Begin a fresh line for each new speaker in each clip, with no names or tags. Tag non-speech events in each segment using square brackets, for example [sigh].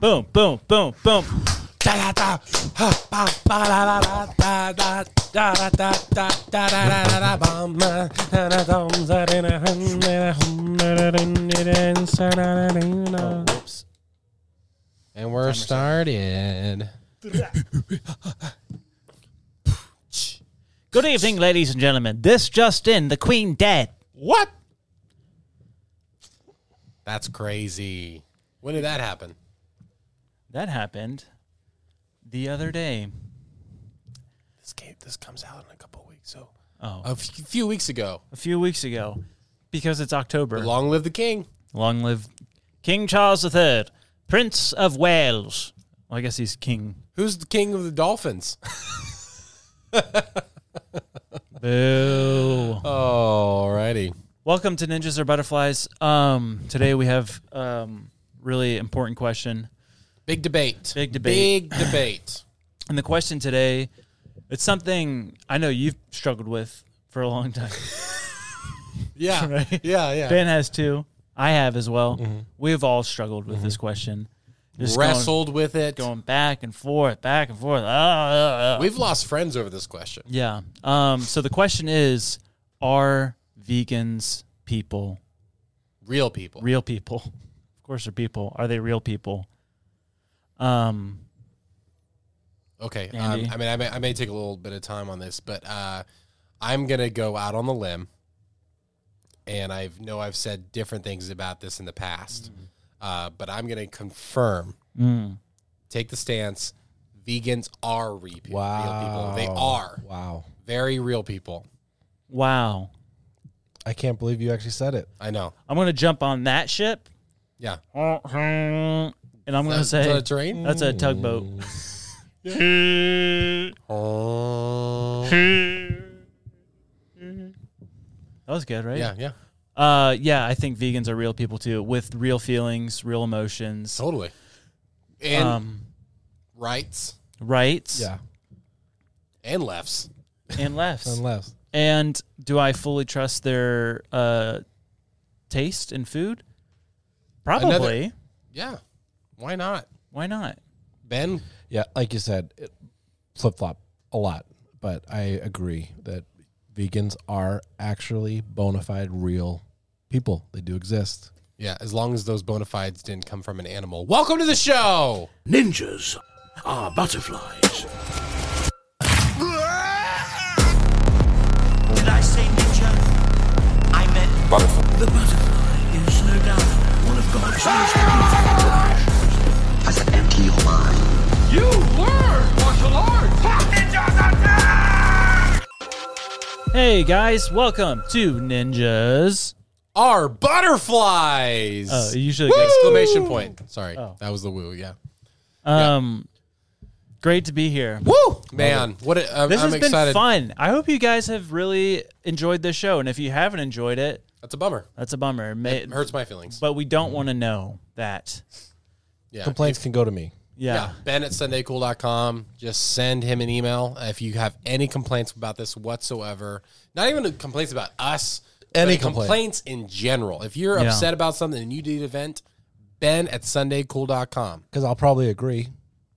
boom, boom, boom, boom. Da da da, ha, ba, ba, da, da, da, da, da, da, da, da, da, da, da, da, da, bum, ma, da, da, dum, za, da, da, hum, da, da, hum, da, da, dum, da, da, da, sa, da, da, da, da.
Whoops. And we're started.
Good evening, ladies and gentlemen. This just in: the Queen dead.
What? That's crazy. When did that happen?
That happened the other day.
This game, this comes out in a couple weeks. So
Oh,
a f- few weeks ago.
a few weeks ago, because it's October.
Long live the king.
Long live King Charles III, Prince of Wales. Well, I guess he's king.
Who's the king of the dolphins?
Boo.
Alrighty.
Welcome to Ninjas or Butterflies. Um, today we have um really important question,
Big debate.
Big debate.
Big debate.
and the question today, it's something I know you've struggled with for a long time.
[laughs] Yeah.
[laughs] Right.
Yeah. Yeah.
ben has too. I have as well. We've all struggled with this question. Just going-
Mm-hmm. Wrestled with it.
going, back and forth, back and forth. Ah, ah, ah.
We've lost friends over this question.
Yeah. Um, so the question is Are vegans people,
Real people.
real people? Of course, they're people. Are they real people? Um,
Okay. Um,
Andy?
I mean, I may, I may take a little bit of time on this, but uh, I'm going to go out on the limb. And I know I've said different things about this in the past, uh, but I'm going to confirm,
mm.
take the stance vegans are re- pe-
Wow.
real people. They are
Wow.
very real people.
Wow.
I can't believe you actually said it.
I know.
I'm going to jump on that ship.
Yeah.
And I'm going to
Is that- is that
say
a train?
that's a tugboat. [laughs]
Oh.
That was good, right?
yeah. Yeah.
Uh, yeah, I think vegans are real people too, with real feelings, real emotions,
Totally. And
um,
rights
rights,
Yeah.
and lefts.
and
[laughs]
lefts.
Unless.
And do I fully trust their uh, taste in food? Probably.
Another- Yeah. Why not?
Why not?
Ben,
Yeah, like you said, it flip flop a lot, but I agree that vegans are actually bona fide real people. They do exist.
Yeah, as long as those bona fides didn't come from an animal. Welcome to the show.
Ninjas are butterflies. Did I say ninja? I meant butterfly. The butterfly is no doubt one of God's most beautiful Has an empty your mind. You were martial arts.
Hey guys, welcome to Ninjas.
Our butterflies!
Oh, you should.
Exclamation point. Sorry,
Oh.
that was the woo. Yeah.
Um, great to be here.
Woo! Man, what? A, I'm,
This
I'm
has been
excited.
fun. I hope you guys have really enjoyed this show, and if you haven't enjoyed it,
That's a bummer.
that's a bummer. May,
It hurts Mm-hmm. my feelings.
but we don't want to know that.
Yeah.
Complaints can go to me.
Yeah.
Yeah. Ben at sundaycool.com. Just send him an email if you have any complaints about this whatsoever. Not even complaints about us.
Any
but
complaint.
complaints in general. If you're
Yeah.
upset about something and you did an event, Ben at sundaycool.com.
Because I'll probably agree,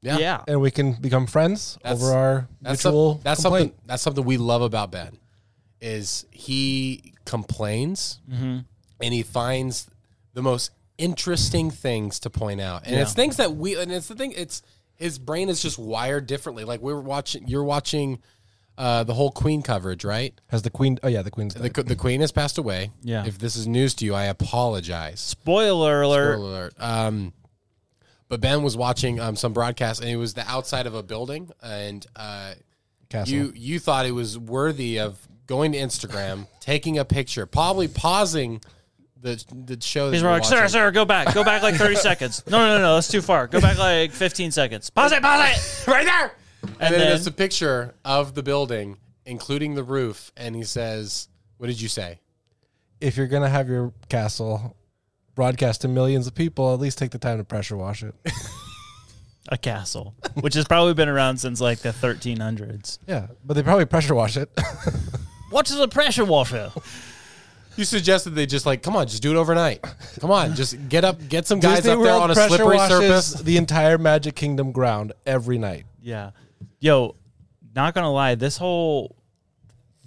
Yeah.
Yeah.
and we can become friends
That's-
over our
That's, some-
mutual
that's
complaint.
something. That's something we love about Ben, is he complains and he finds the most interesting things to point out, and it's things that we and it's the thing. It's his brain is just wired differently. Like we were watching, you're watching uh, the whole Queen coverage, right?
Has the queen? Oh yeah, the queen's
The
dead.
the Queen has passed away.
Yeah.
If this is news to you, I apologize.
Spoiler alert.
Spoiler alert. Um, but Ben was watching um, some broadcast, and it was the outside of a building, and uh,
castle.
you you thought it was worthy of going to Instagram, [laughs] taking a picture, probably pausing the the show. That
He's
you were
like, sir,
watching.
sir, go back. Go back like
[laughs]
30 seconds. No, no, no, no, that's too far. Go back like 15 seconds. Pause it, pause it.
[laughs] right there. And, then,
then-
it's a picture of the building, including the roof, and he says, "What did you say?"
if you're gonna have your castle broadcast to millions of people, at least take the time to pressure
[laughs]
wash it.
A castle, which has probably been around since like the 1300s.
yeah, but they probably pressure wash it.
What is a pressure washer?
You suggested they just like, come on, just do it overnight. Come on, just get up, get some guys
Disney
up there
World
on a
pressure
slippery
washes
surface.
The entire Magic Kingdom ground every night.
Yeah. Yo, not gonna lie, this whole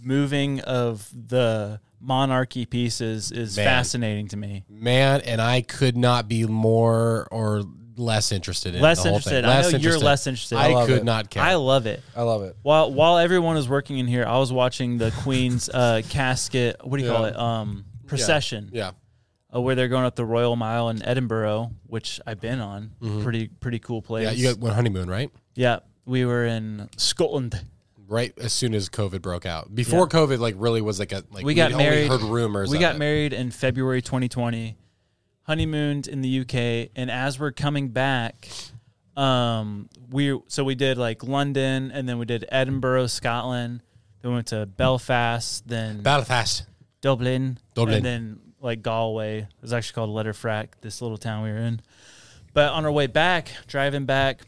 moving of the monarchy pieces is
Man.
fascinating to me.
Man, and I could not be more or less interested in
Less
the whole
interested.
Thing.
I know you're less interested. I
I,
love
could
it.
not care.
I love it.
I love it.
While while everyone was working in here, I was watching the Queen's uh, casket. What do you call it? Um, procession.
yeah.
Uh, where they're going up the Royal Mile in Edinburgh, which I've been on. Pretty pretty cool place.
Mm-hmm. Yeah, you got one honeymoon, right?
Yeah, we were in Scotland.
Right as soon as COVID broke out. Before COVID, like really was like a like
we got
only
married.
Heard rumors.
We
of
got
it.
married in February 2020, honeymooned in the UK, and as we're coming back, um, we so we did like London, and then we did Edinburgh, Scotland. Then we went to Belfast, then
Belfast.
Dublin,
Dublin.
and then like Galway. It was actually called Letterfrack, this little town we were in. But on our way back, driving back,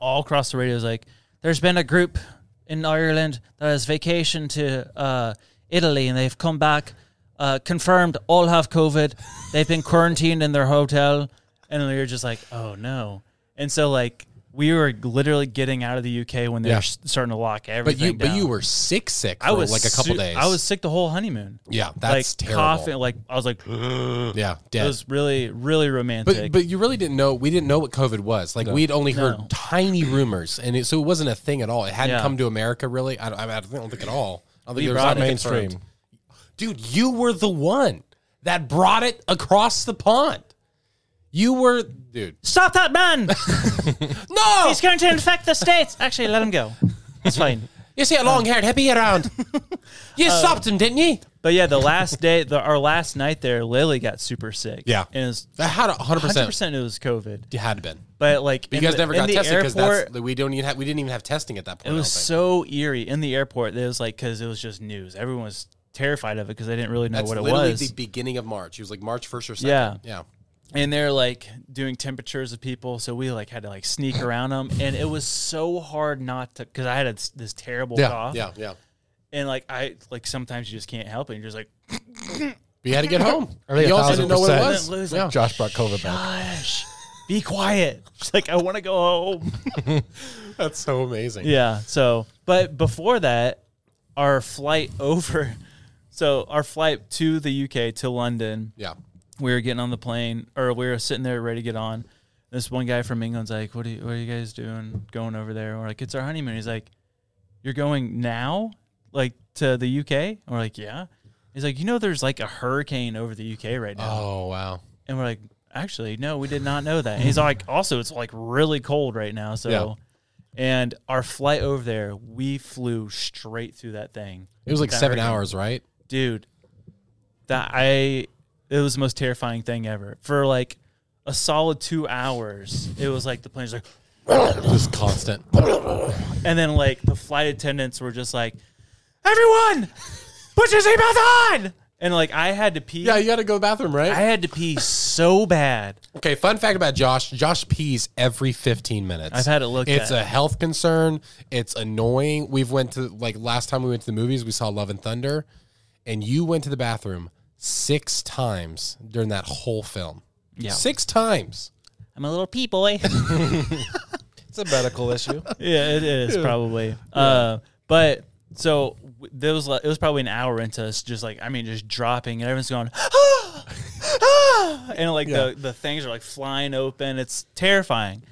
all across the radio is like, "There's been a group in Ireland that has vacation to uh, Italy, and they've come back uh, confirmed. All have COVID. They've been quarantined in their hotel, and we were just like, oh no. And so like we were literally getting out of the UK when they
Yeah.
were s- starting to lock
But
everything.
you but
down.
you were sick sick
I
for
was
like a couple
su-
days.
I was sick the whole honeymoon.
Yeah, that's
like
terrible.
coughing. Like I was
[gasps]
like, it
Yeah, dead.
was really, really
But
romantic.
but you really didn't know. We didn't know what COVID was. Like we'd only heard
No. [clears throat]
tiny rumors, and it, so it wasn't a thing at all. It hadn't
Yeah.
come to America really. I don't, I, mean, I don't think at all. I don't think
We
there was
brought
anything
it.
confirmed.
Mainstream.
Dude, you were the one that brought it across the pond. You were, dude.
Stop that
[laughs]
man!
No,
He's going to infect the states. Actually, let him go. It's fine.
you see a long-haired hippie [laughs] around. you stopped him, didn't you?
But yeah, the last day, the, our last night there, Lily got super sick.
Yeah.
and it was
That had hundred
100
percent.
percent it was COVID.
It had been.
But like,
But
in
you guys
the-
never
in
got
the
tested because that's
airport,
we don't even have we didn't even have testing at that point. I
It
don't
was
think.
so eerie in the airport. It was like because it was just news. Everyone was terrified of it because they didn't really know
That's
what it
literally
was.
the beginning of March. It was like March first or second.
Yeah.
yeah.
and they're like doing temperatures of people so we like had to like sneak around them and it was so hard not to because i had a, this terrible cough
Yeah, yeah.
and like i like sometimes you just can't help it you're just like
But you had to
[laughs]
get home.
I think
you
a
also didn't know what it
thousand
was.
percent. Lose
Yeah.
Josh brought COVID back.
gosh be quiet [laughs] it's like i want to go home
That's so amazing.
yeah so but before that our flight [laughs] over so our flight to the uk to london
Yeah.
we were getting on the plane or we were sitting there ready to get on. This one guy from England's like, what are, you, what are you guys doing going over there? We're like, it's our honeymoon. He's like, you're going now? Like to the UK? And we're like, yeah. He's like, you know, there's like a hurricane over the UK right now.
Oh wow.
And we're like, actually, no, we did not know that. And he's like, also, it's like really cold right now. So,
Yeah.
and our flight over there, we flew straight through that thing.
It was like
That
seven
hurricane
hours,
[coughs]
right?
dude that i it was the most terrifying thing ever for like a solid two hours it was like the plane's like
Just constant.
and then like the flight attendants were just like everyone put your seatbelts on and like i had to pee
[coughs] Yeah, you got to go to the bathroom,
i
right?
had to pee so bad
Okay. Fun fact about Josh: Josh pees every fifteen minutes.
I've had it looked
It's
at.
a health concern. It's annoying. We've went to like last time we went to the movies, we saw Love and Thunder, and you went to the bathroom six times during that whole film.
Yeah.
Six times.
i'm a little pee boy [laughs]
It's a medical issue.
yeah, it is probably. Uh, but so w- there was like, it was probably an hour into us just like I mean just dropping and everyone's going "Ah! and like the the things are like flying open. It's terrifying,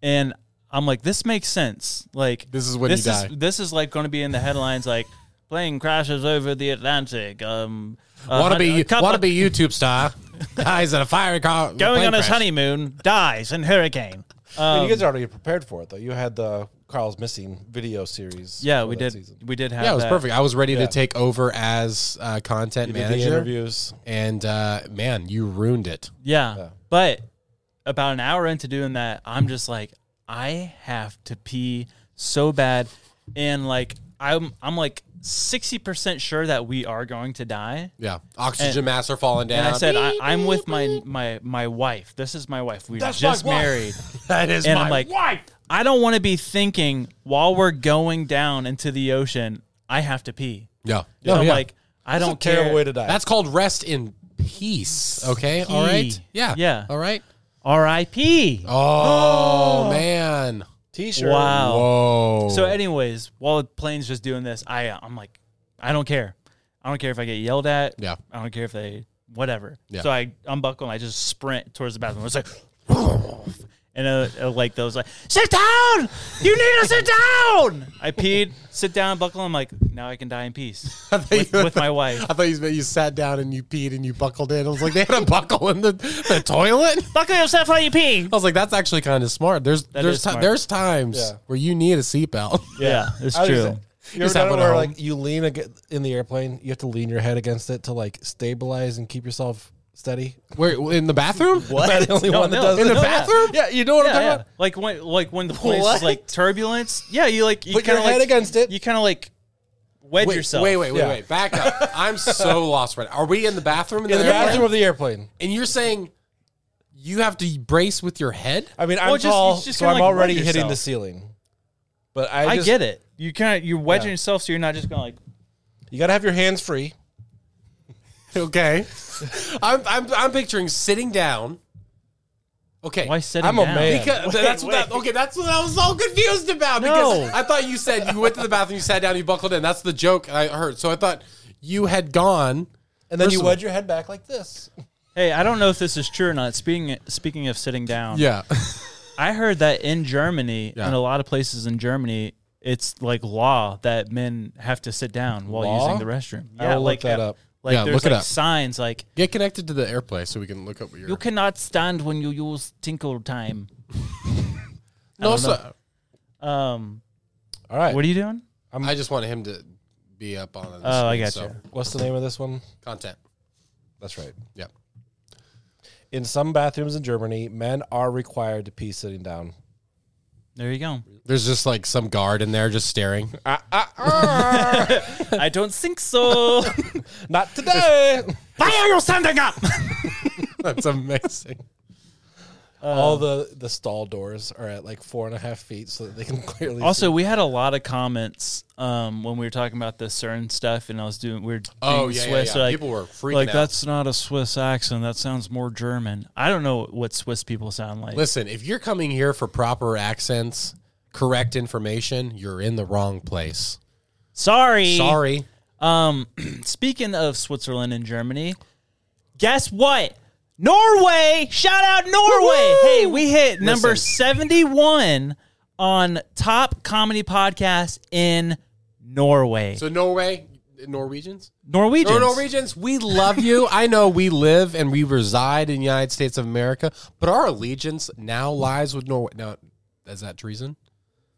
and I'm like, this makes sense. Like
This is when
this
you
is
die.
this is like going to be in the headlines like plane crashes over the Atlantic. Um, a
wanna
hun-
be
a couple
wanna be YouTube star? [laughs] Dies in a fiery car.
going
plane
on his
crash.
honeymoon dies in hurricane.
I mean, you guys are
Um,
already prepared for it, though. You had the Carl's missing video series.
Yeah,
for
we
that
did.
season.
We did have.
Yeah, it was
that.
perfect. I was ready
Yeah.
to take over as uh, content
You did the
manager,
interviews.
and uh, man, you ruined it.
Yeah.
Yeah.
But about an hour into doing that, I'm just like, I have to pee so bad. And like I'm I'm like sixty percent sure that we are going to die.
Yeah, oxygen masks are falling down.
And I said I, I'm with my my my wife. This is my wife. We are
my
just
wife.
married.
[laughs] that is
And
my
I'm like
wife.
I don't want to be thinking while we're going down into the ocean, I have to pee.
Yeah,
So
no,
I'm
Oh, yeah.
like, I don't
a terrible
care.
way to die.
That's called rest in peace. Okay. All right.
Pee.
Yeah.
Yeah.
All right.
R.I.P.
Oh, man.
t-shirt.
wow.
Whoa.
Oh.
[laughs]
So, anyways, while the plane's just doing this, I uh, I'm like, I don't care. I don't care if I get yelled at.
Yeah.
I don't care if they whatever.
Yeah.
So I unbuckle and I just sprint towards the bathroom. It's like, [laughs] and uh, uh, like those like sit down. You need to sit down. I peed, sit down, buckle. I'm like, now I can die in peace
I thought
with,
you-
with my wife.
[laughs] I thought you meant you sat down and you peed and you buckled in. I was like, they had a buckle in the, the
[laughs]
toilet.
Buckle yourself while you pee.
I was like, that's actually kind of smart. There's there's
is
ti-
smart.
there's times
Yeah.
where you need a seatbelt. [laughs]
Yeah, it's
I was
true.
just- You ever
Just
done it
happen to
where
home.
like you lean ag- in the airplane, you have to lean your head against it to like stabilize and keep yourself steady? [laughs]
Where in the bathroom?
Am I the only
No,
one that
no.
does
In
it?
the No, yeah. bathroom?
Yeah. you know what I'm
yeah,
talking
yeah.
about.
like when like when the plane's
What?
like turbulence. Yeah, you like you
Put your
kinda, like,
head against it.
You kind of like wedge
Wait,
yourself.
wait, wait, wait,
Yeah.
wait. Back up. I'm so [laughs] lost right now. Are we in the bathroom?
In the
airplane?
bathroom of the airplane.
And you're saying you have to brace with your head?
I mean, I'm
Well, just- you
tall,
just
so
kinda,
I'm
like, wet
already hitting
yourself.
the ceiling. But I,
I
just,
get it. You kind of you're wedging
Yeah.
yourself, so you're not just going like.
You gotta have your
[laughs]
hands free.
Okay. I'm, I'm I'm picturing sitting down. Okay.
Why sitting
I'm a
down?
man.
Because that's what that, okay. That's what I was all confused about.
No.
Because I thought you said you went to the bathroom, you sat down, you buckled in. That's the joke I heard. So I thought you had gone.
And then
First
you
of all-
wedge your head back like this.
Hey, I don't know if this is true or not. Speaking speaking of sitting down,
Yeah.
I heard that in Germany,
Yeah.
in a lot of places in Germany, it's like law that men have to sit down while
Law?
using the restroom.
I will look that up.
Like
Yeah,
there's
look it
like
up.
signs like
Get connected to the airplay so we can look up what you're.
you cannot stand when you use tinkle time.
no,
don't
so,
Um,
All right.
what are you doing?
I just want him to be up on. it.
Oh, I got
So,
you.
What's the name of this one?
Content.
That's right.
Yeah.
In some bathrooms in Germany, men are required to pee sitting down.
There you
[laughs]
go.
There's just like some guard in there just staring.
Ah,
I don't think so. [laughs]
Not today.
Why are you standing up?
That's amazing.
Um,
All the the stall doors are at like four and a half feet, so that they can [laughs] clearly.
Also, we had a lot of comments um, when we were talking about the CERN stuff, and I was doing we we're
Oh,
doing
yeah, yeah,
Swiss.
yeah.
so, Like,
People were freaking
like
out.
that's not a Swiss accent. That sounds more German. I don't know what Swiss people sound like.
Listen, if you're coming here for proper accents, correct information, you're in the wrong place.
Sorry.
Sorry.
Um, speaking of Switzerland and Germany, guess what? Norway. Shout out Norway. Hey, we hit number seventy-one on top comedy podcast in Norway.
So Norway, Norwegians.
Norwegians.
No, Norwegians, we love you. I know we live and we reside in the United States of America, but our allegiance now lies with Norway. Now, is that treason?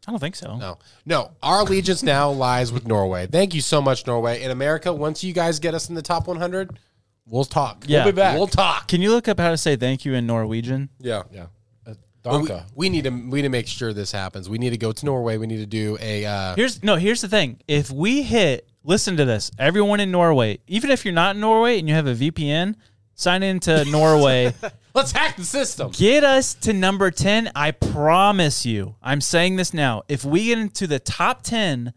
I don't think so.
No. No, our allegiance now lies with Norway. Thank you so much, Norway. In America, once you guys get us in the top 100, we'll talk.
Yeah.
We'll be back. We'll talk.
Can you look up how to say thank you in Norwegian?
Yeah.
yeah, uh,
But we,
Donka.
we need to we need to make sure this happens. We need to go to Norway. We need to do a uh,
Here's no, here's the thing. If we hit listen to this, everyone in Norway, even if you're not in Norway and you have a VPN, sign
[laughs]
into Norway.
let's hack the system.
Get us to number 10. I promise you. I'm saying this now. If we get into the top 10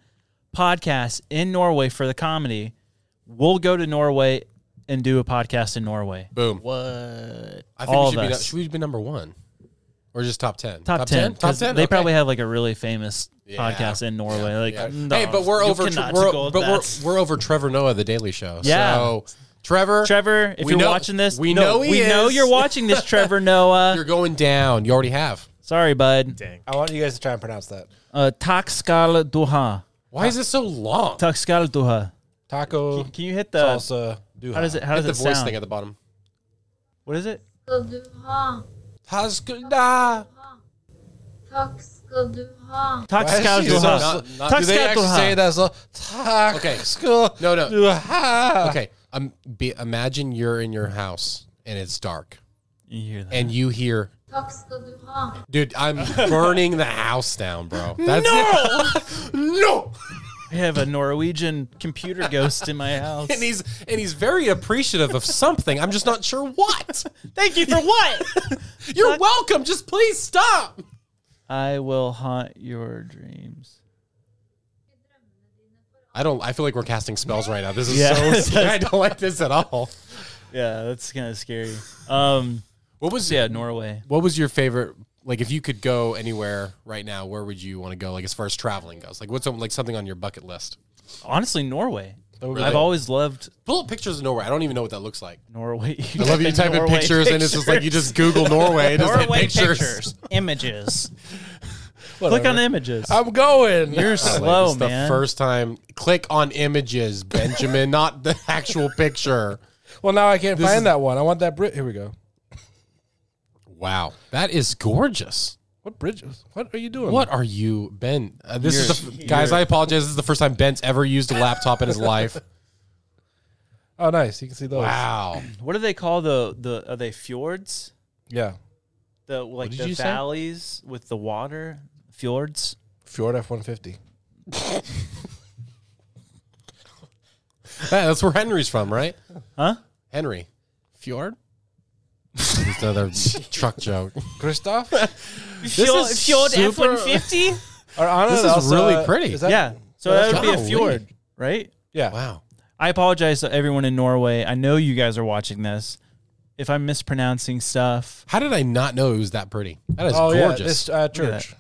podcasts in Norway for the comedy, we'll go to Norway and do a podcast in Norway.
Boom. What? I think
All
we
of
should, be,
us.
should we be number one, or just top ten?
Top, 10.
Top
'cause
ten.
They
Okay.
probably have like a really famous podcast in Norway. Like, no,
hey, but we're
you
over.
cannot
We're,
go-
but we're,
that's-
we're over Trevor Noah, The Daily Show.
Yeah.
So, Trevor,
Trevor, if
we
you're
know-
watching this,
we
no,
know he
we know
is.
you're watching
[laughs]
this, Trevor Noah.
you're going down. You already have.
Sorry, bud.
I want you guys to try and pronounce that.
Uh, Takskal Duha.
Why is this so long?
Takskal Duha.
Taco
Can you hit the?
salsa. Duha.
uh, How does it? How
Hit
does
the
it
voice
sound?
thing at the bottom.
What is it?
skal du ha.
Haskuda.
Takk skal du ha.
Takskal
Why is she so-
Duha.
Not- not-
Do they
Takskal
actually say
Duha.
that? So, taco.
Okay. No,
No.
[laughs]
no.
Duha.
Okay. Um, be, imagine you're in your house and it's dark
You hear that?
and you hear,
Takk skal du ha.
dude,
[laughs]
I'm burning the house down, bro. That's [laughs] no, no.
I have a Norwegian
[laughs]
computer ghost in my house.
And he's and he's very appreciative of something. I'm just not sure what.
Thank you for what?
[laughs] You're welcome. Just please stop.
I will haunt your dreams.
I don't. I feel like we're casting spells right now. This is
Yeah. [laughs]
so. [laughs] Scary. I don't like this at all.
Yeah, that's kind of
[laughs]
scary. Um,
What was
yeah, Norway.
What was your favorite? Like, if you could go anywhere right now, where would you want to go? Like, as far as traveling goes, like what's some- like something on your bucket list?
Honestly, Norway. I've
Really?
always loved
Pull up pictures of Norway. I don't even know what that looks like.
Norway.
I
[laughs]
love you typing
Norway
pictures, and it's just like you just Google Norway. It just
Norway
hit pictures.
pictures, images. Click on images.
I'm going.
You're
Like,
slow,
it's the
man.
first time. Click on images, Benjamin, not the actual picture.
well, now I can't find
is-
that one. I want that bridge. Here we go.
Wow, that is gorgeous.
What bridges? What are you doing?
What are you, Ben? Uh, this is the,
You're-
f- guys.
you're-
I apologize. This is the first time Ben's ever used a laptop [laughs] in his life.
Oh, nice. You can see those.
Wow.
what do they call the the? Are they fjords?
Yeah.
The like
did
the
you say?
valleys with the water fjords.
Fjord F-150.
Yeah, that's where Henry's from, right?
Huh?
Henry. Fjord? Just [laughs] another truck joke.
Christoph? [laughs]
Fjord- is fjord super-
fifty.
Or Anna,
This is
also,
really
uh,
pretty.
Is that,
Yeah. So
Yeah,
that would
that's
be a
golly.
fjord, [laughs] right?
Yeah.
Wow.
I apologize to everyone in Norway. I know you guys are watching this. If I'm mispronouncing stuff.
How did I not know it was that pretty? That is
Oh, yeah.
gorgeous.
This uh, church.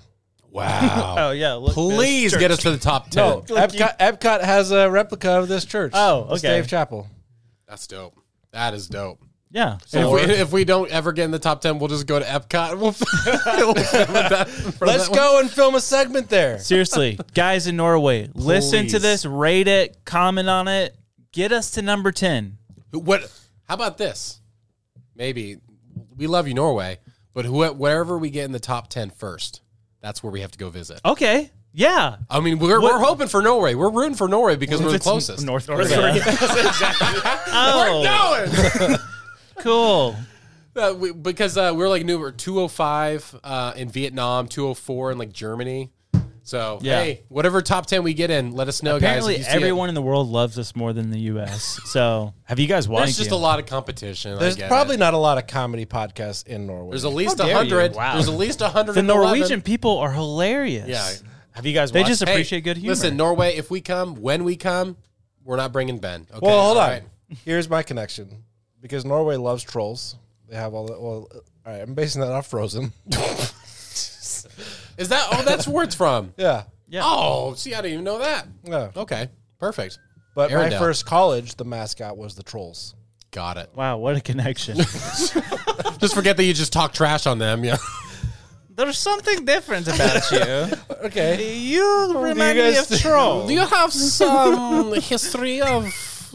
wow.
Oh yeah. Look,
Please
this
get
church.
us to the top 10.
No, Epcot, Epcot has a replica of this church.
Oh,
It's
okay.
Dave Chapel.
That's dope. That is dope. [laughs]
Yeah.
And
So
if, we, if we don't ever get in the top 10, we'll just go to Epcot. [laughs] We'll, we'll [laughs] film with that- from
Let's
that one.
go and film a segment there.
seriously, guys in Norway, listen to
Please.
this, rate it, comment on it, get us to number ten.
What? How about this? Maybe we love you, Norway, but who, wherever we get in the top 10 first, that's where we have to go visit.
Okay. Yeah.
I mean, we're,
Oh. What-
we're hoping for Norway. We're rooting for Norway because we're the
It's
closest.
North Korea. [laughs] oh, cool.
Uh, we, because uh, we're like number 205 uh, in Vietnam, 204 in like Germany. So,
Yeah.
hey, whatever top 10 we get in, let us know,
Apparently,
guys. if you see it.
everyone in the world loves us more than the U.S.
[laughs]
So
Have you guys
There's
watched?
just
you.
a lot of competition.
There's
I get
probably
it.
not a lot of comedy podcasts in Norway.
There's at least
How dare you.
100.
Wow.
There's at least 100.
the Norwegian people are hilarious.
Yeah.
Have you guys?
They
watched,
just
Hey,
appreciate good humor.
Listen, Norway, if we come, when we come, we're not bringing Ben. Okay,
well, hold
all
on. [laughs]
right.
Here's my connection because Norway loves trolls. They have all the. Well, uh, all right. I'm basing that off Frozen. [laughs]
Is that, oh, that's where it's from.
yeah.
Oh, see, I didn't even know that.
Yeah.
Okay, perfect.
But my
Arendelle.
first college, the mascot was the trolls.
Got it.
wow, what a
[laughs]
connection.
Just forget that you just talk trash on them. Yeah.
There's something different [laughs] about you.
Okay.
You remind
me
[laughs]
guys- of
troll.
you have some history of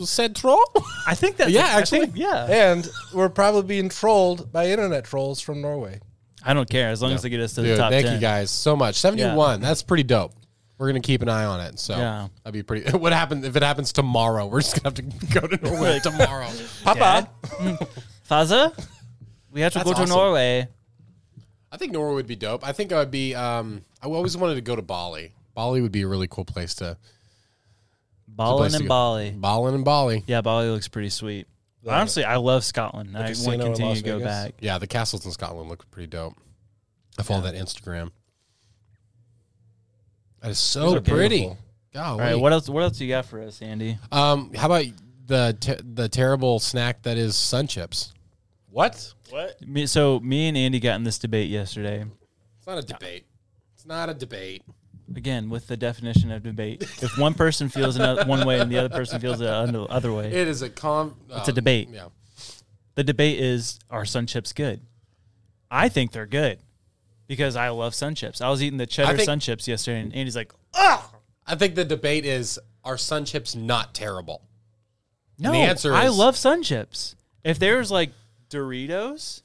said troll?
I think that's
Yeah,
I think-
actually.
yeah.
And we're probably being trolled by internet trolls from Norway.
I don't care as long as they get us to the
Dude,
top
thank
ten.
you guys so much. 71. That's pretty dope. We're going to keep an eye on it. So
Yeah.
that'd be pretty. [laughs] What happens if it happens tomorrow? We're just going to [laughs] have to go to Norway
[laughs]
tomorrow.
Papa, Faza, we have to
That's
go to
awesome.
Norway.
I think Norway would be dope. I think I would be, um, I always wanted to go to Bali. Bali would be a really cool place to.
Ballin
place to
and
go.
Bali.
Ballin and Bali.
Yeah, Bali looks pretty sweet. Honestly, I love Scotland. I
casino
want to
in
continue
Las
to go
Vegas.
back.
Yeah, the castles in Scotland look pretty dope. I follow that Instagram. That is so pretty.
beautiful.
All right, what else? What else you got for us, Andy?
Um, how about the te- the terrible snack that is sun chips?
What?
Me, so me and Andy got in this debate yesterday.
It's not a debate. It's not a debate.
Again, with the definition of debate, if one person feels another, [laughs] one way and the other person feels the other- other way,
It is a con. It's
a debate.
Yeah.
the debate is: Are sun chips good? I think they're good because I love sun chips. I was eating the cheddar
think-
sun chips yesterday, and Andy's like,
I think the debate is are sun chips not terrible?
No,
the answer
I
is-
love sun chips. If there's like Doritos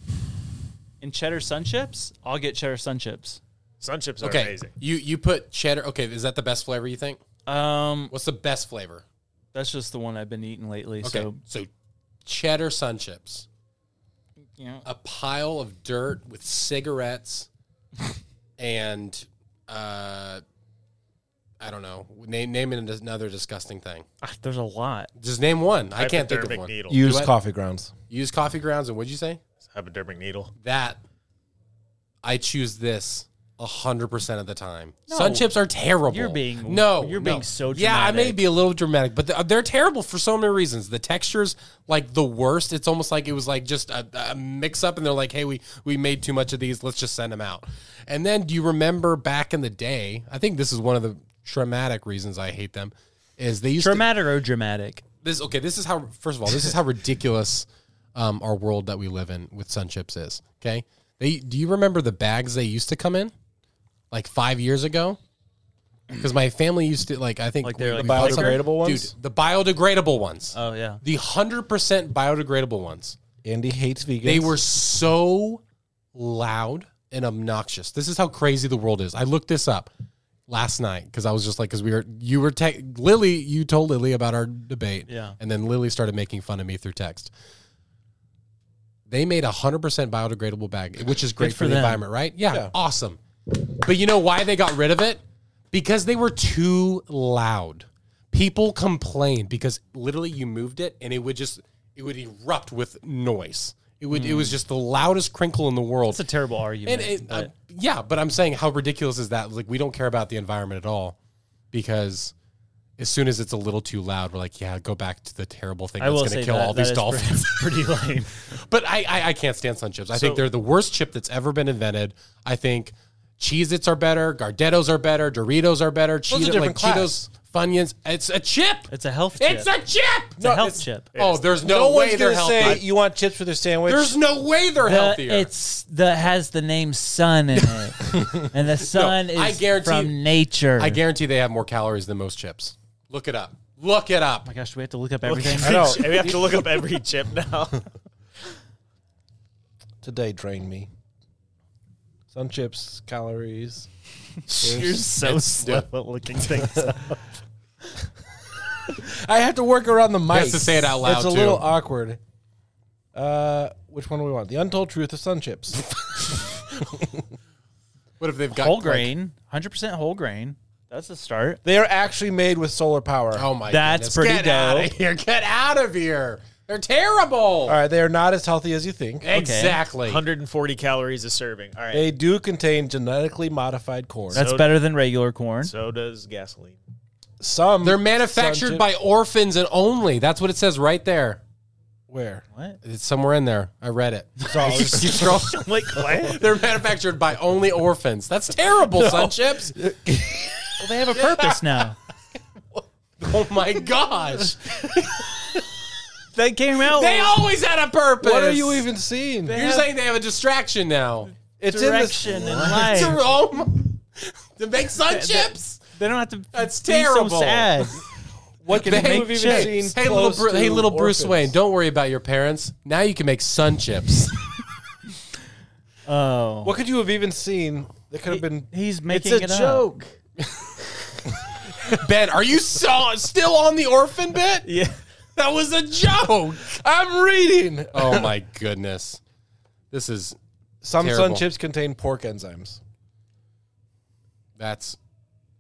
and cheddar sun chips, I'll get cheddar sun chips.
Sun chips are
Okay.
amazing.
You you put cheddar. Okay, is that the best flavor you think?
Um,
What's the best flavor?
that's just the one I've been eating lately.
Okay.
So
so cheddar sun chips.
you know,
a pile of dirt with cigarettes [laughs] and uh I don't know. Name name it another disgusting thing.
ah, there's a lot.
Just name one. I can't think of
Hypodermic
one.
Needle.
Used
I-
coffee grounds.
Use
[laughs]
coffee grounds and what'd you say?
Hypodermic needle.
That I choose this hundred percent of the time. Sun chips are terrible.
You're being-
no.
you're
no.
being so
Yeah, I may
dramatic.
be a little dramatic, but they're, they're terrible for so many reasons. The textures, like the worst. It's almost like it was like just a, a mix up, and they're like, "Hey, we we made too much of these. Let's just send them out." And then, do you remember back in the day? I think this is one of the traumatic reasons I hate them. Is they used to
Dramatic or dramatic?
this okay this is how first of all this is how ridiculous um, our world that we live in with sun chips is okay they do you remember the bags they used to come in like five years ago because my family used to like i think
Like they're,
we-
like,
we bought some-
biodegradable ones?
dude the biodegradable ones
Oh yeah.
the 100% biodegradable ones
Andy hates vegans.
they were so loud and obnoxious. This is how crazy the world is. I looked this up last night because I was just like, because we were, you were, te- Lily, you told Lily about our debate.
Yeah.
And then Lily started making fun of me through text. They made a 100% biodegradable bag, which is great
Good
for,
for
the
them.
environment, right? Yeah, Awesome. But you know why they got rid of it? Because they were too loud. People complained because literally you moved it and it would just it would erupt with noise. It would it was just the loudest crinkle in the world.
That's a terrible argument.
and it,
but
uh, yeah, but I'm saying how ridiculous is that? Like we don't care about the environment at all because as soon as it's a little too loud, we're like, yeah, go back to the terrible thing
I
that's
will
going
say
to kill
that-
all
that
these
is pre- [laughs]
dolphins.
Pretty lame.
But I, I, I can't stand sun chips. I think
So-
they're the worst chip that's ever been invented. I think Cheez Its are better, Gardettos are better, Doritos are better,
are
Cheetos, like
different
Cheetos, Funyuns. It's a chip.
It's a health
It's
chip.
a chip.
a health chip.
Oh, there's no, way they're healthy.
you want chips with their sandwich.
there's no way they're
The-
healthier.
it's the has the name sun [laughs] in it, and the sun
I
is
guarantee-
from nature.
I guarantee they have more calories than most chips. Look it up. Look it up.
Oh my gosh, we have to look up everything.
I know. We have to look up every chip now. [laughs]
Today drained me. Sun chips, calories.
You're so slow at looking things up.
I have to work around the mic.
has to say it out loud,
It's a
too.
little awkward. Uh, which one do we want? The untold truth of sun chips. [laughs]
What if they've got
whole
like-
grain, hundred percent whole grain. That's a start.
they are actually made with solar power.
oh my
That's
goodness.
pretty
Get out of
dope.
here. Get out of here. They're terrible.
All right, they are not as healthy as you think.
Exactly.
140 calories a serving. All right.
They do contain genetically modified corn.
That's
So-
better than regular corn.
So does gasoline. [laughs]
Some
They're manufactured
sun
by orphans and only. That's what it says right there.
chip-
[laughs]
where?
what?
It's somewhere in there. I read it. [laughs]
Dollars.
Keep scrolling.
Like what?
They're manufactured by only orphans. That's terrible, sun chips.
Well, they have a purpose now.
Oh my gosh.
[laughs] They came out.
They always had a purpose.
Oh. What are you even seeing?
You're saying they have a distraction now.
It's
direction
in
in
this.
life.
To, oh my- to make sun chips?
They don't have to.
That's
be so
terrible.
sad.
What
They-
make
have
chips.
Hey,
seen
hey, little,
close
Bru-
to
hey, little Bruce
orphans.
Wayne, don't worry about your parents. Now you can make sun chips. [laughs]
Oh,
What could you have even seen that could have been?
he's
It's
making
a
it up.
joke.
ben, are you so, still on the orphan bit?
Yeah.
That was a joke.
I'm reading.
Oh my goodness. This is
Some sun
Terrible.
chips contain pork enzymes.
that's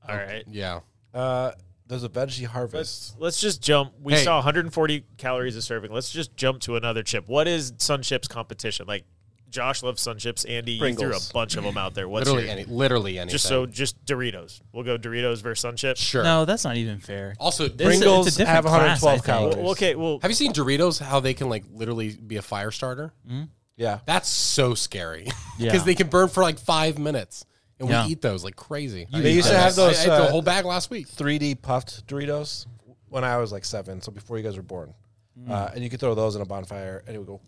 All right.
yeah.
Uh, there's a veggie harvest.
Let's let's just jump. We
Hey.
saw 140 calories a serving. Let's just jump to another chip. What is Sun Chips competition? Like Josh loves Sun Chips. Andy, you threw
Pringles.
a bunch of them out there. What's
Literally
your-
any literally anything.
Just so just Doritos. We'll go Doritos versus Sun Chips.
sure.
No, that's not even fair.
Also,
It's a-
Pringles
it's a different
have 112
class, I think.
calories.
Well, okay. Well,
Have you seen Doritos? How they can like literally be a fire starter?
Yeah.
That's so scary
Mm-hmm.
[laughs]
Yeah.
because they can burn for like five minutes, and
Yeah.
we eat those like crazy.
They
eat
used to have those,
I, I ate the
uh,
whole bag last week.
3D puffed Doritos when I was like seven, so before you guys were born.
Hmm.
Uh, and you could throw those in a bonfire, and it would go.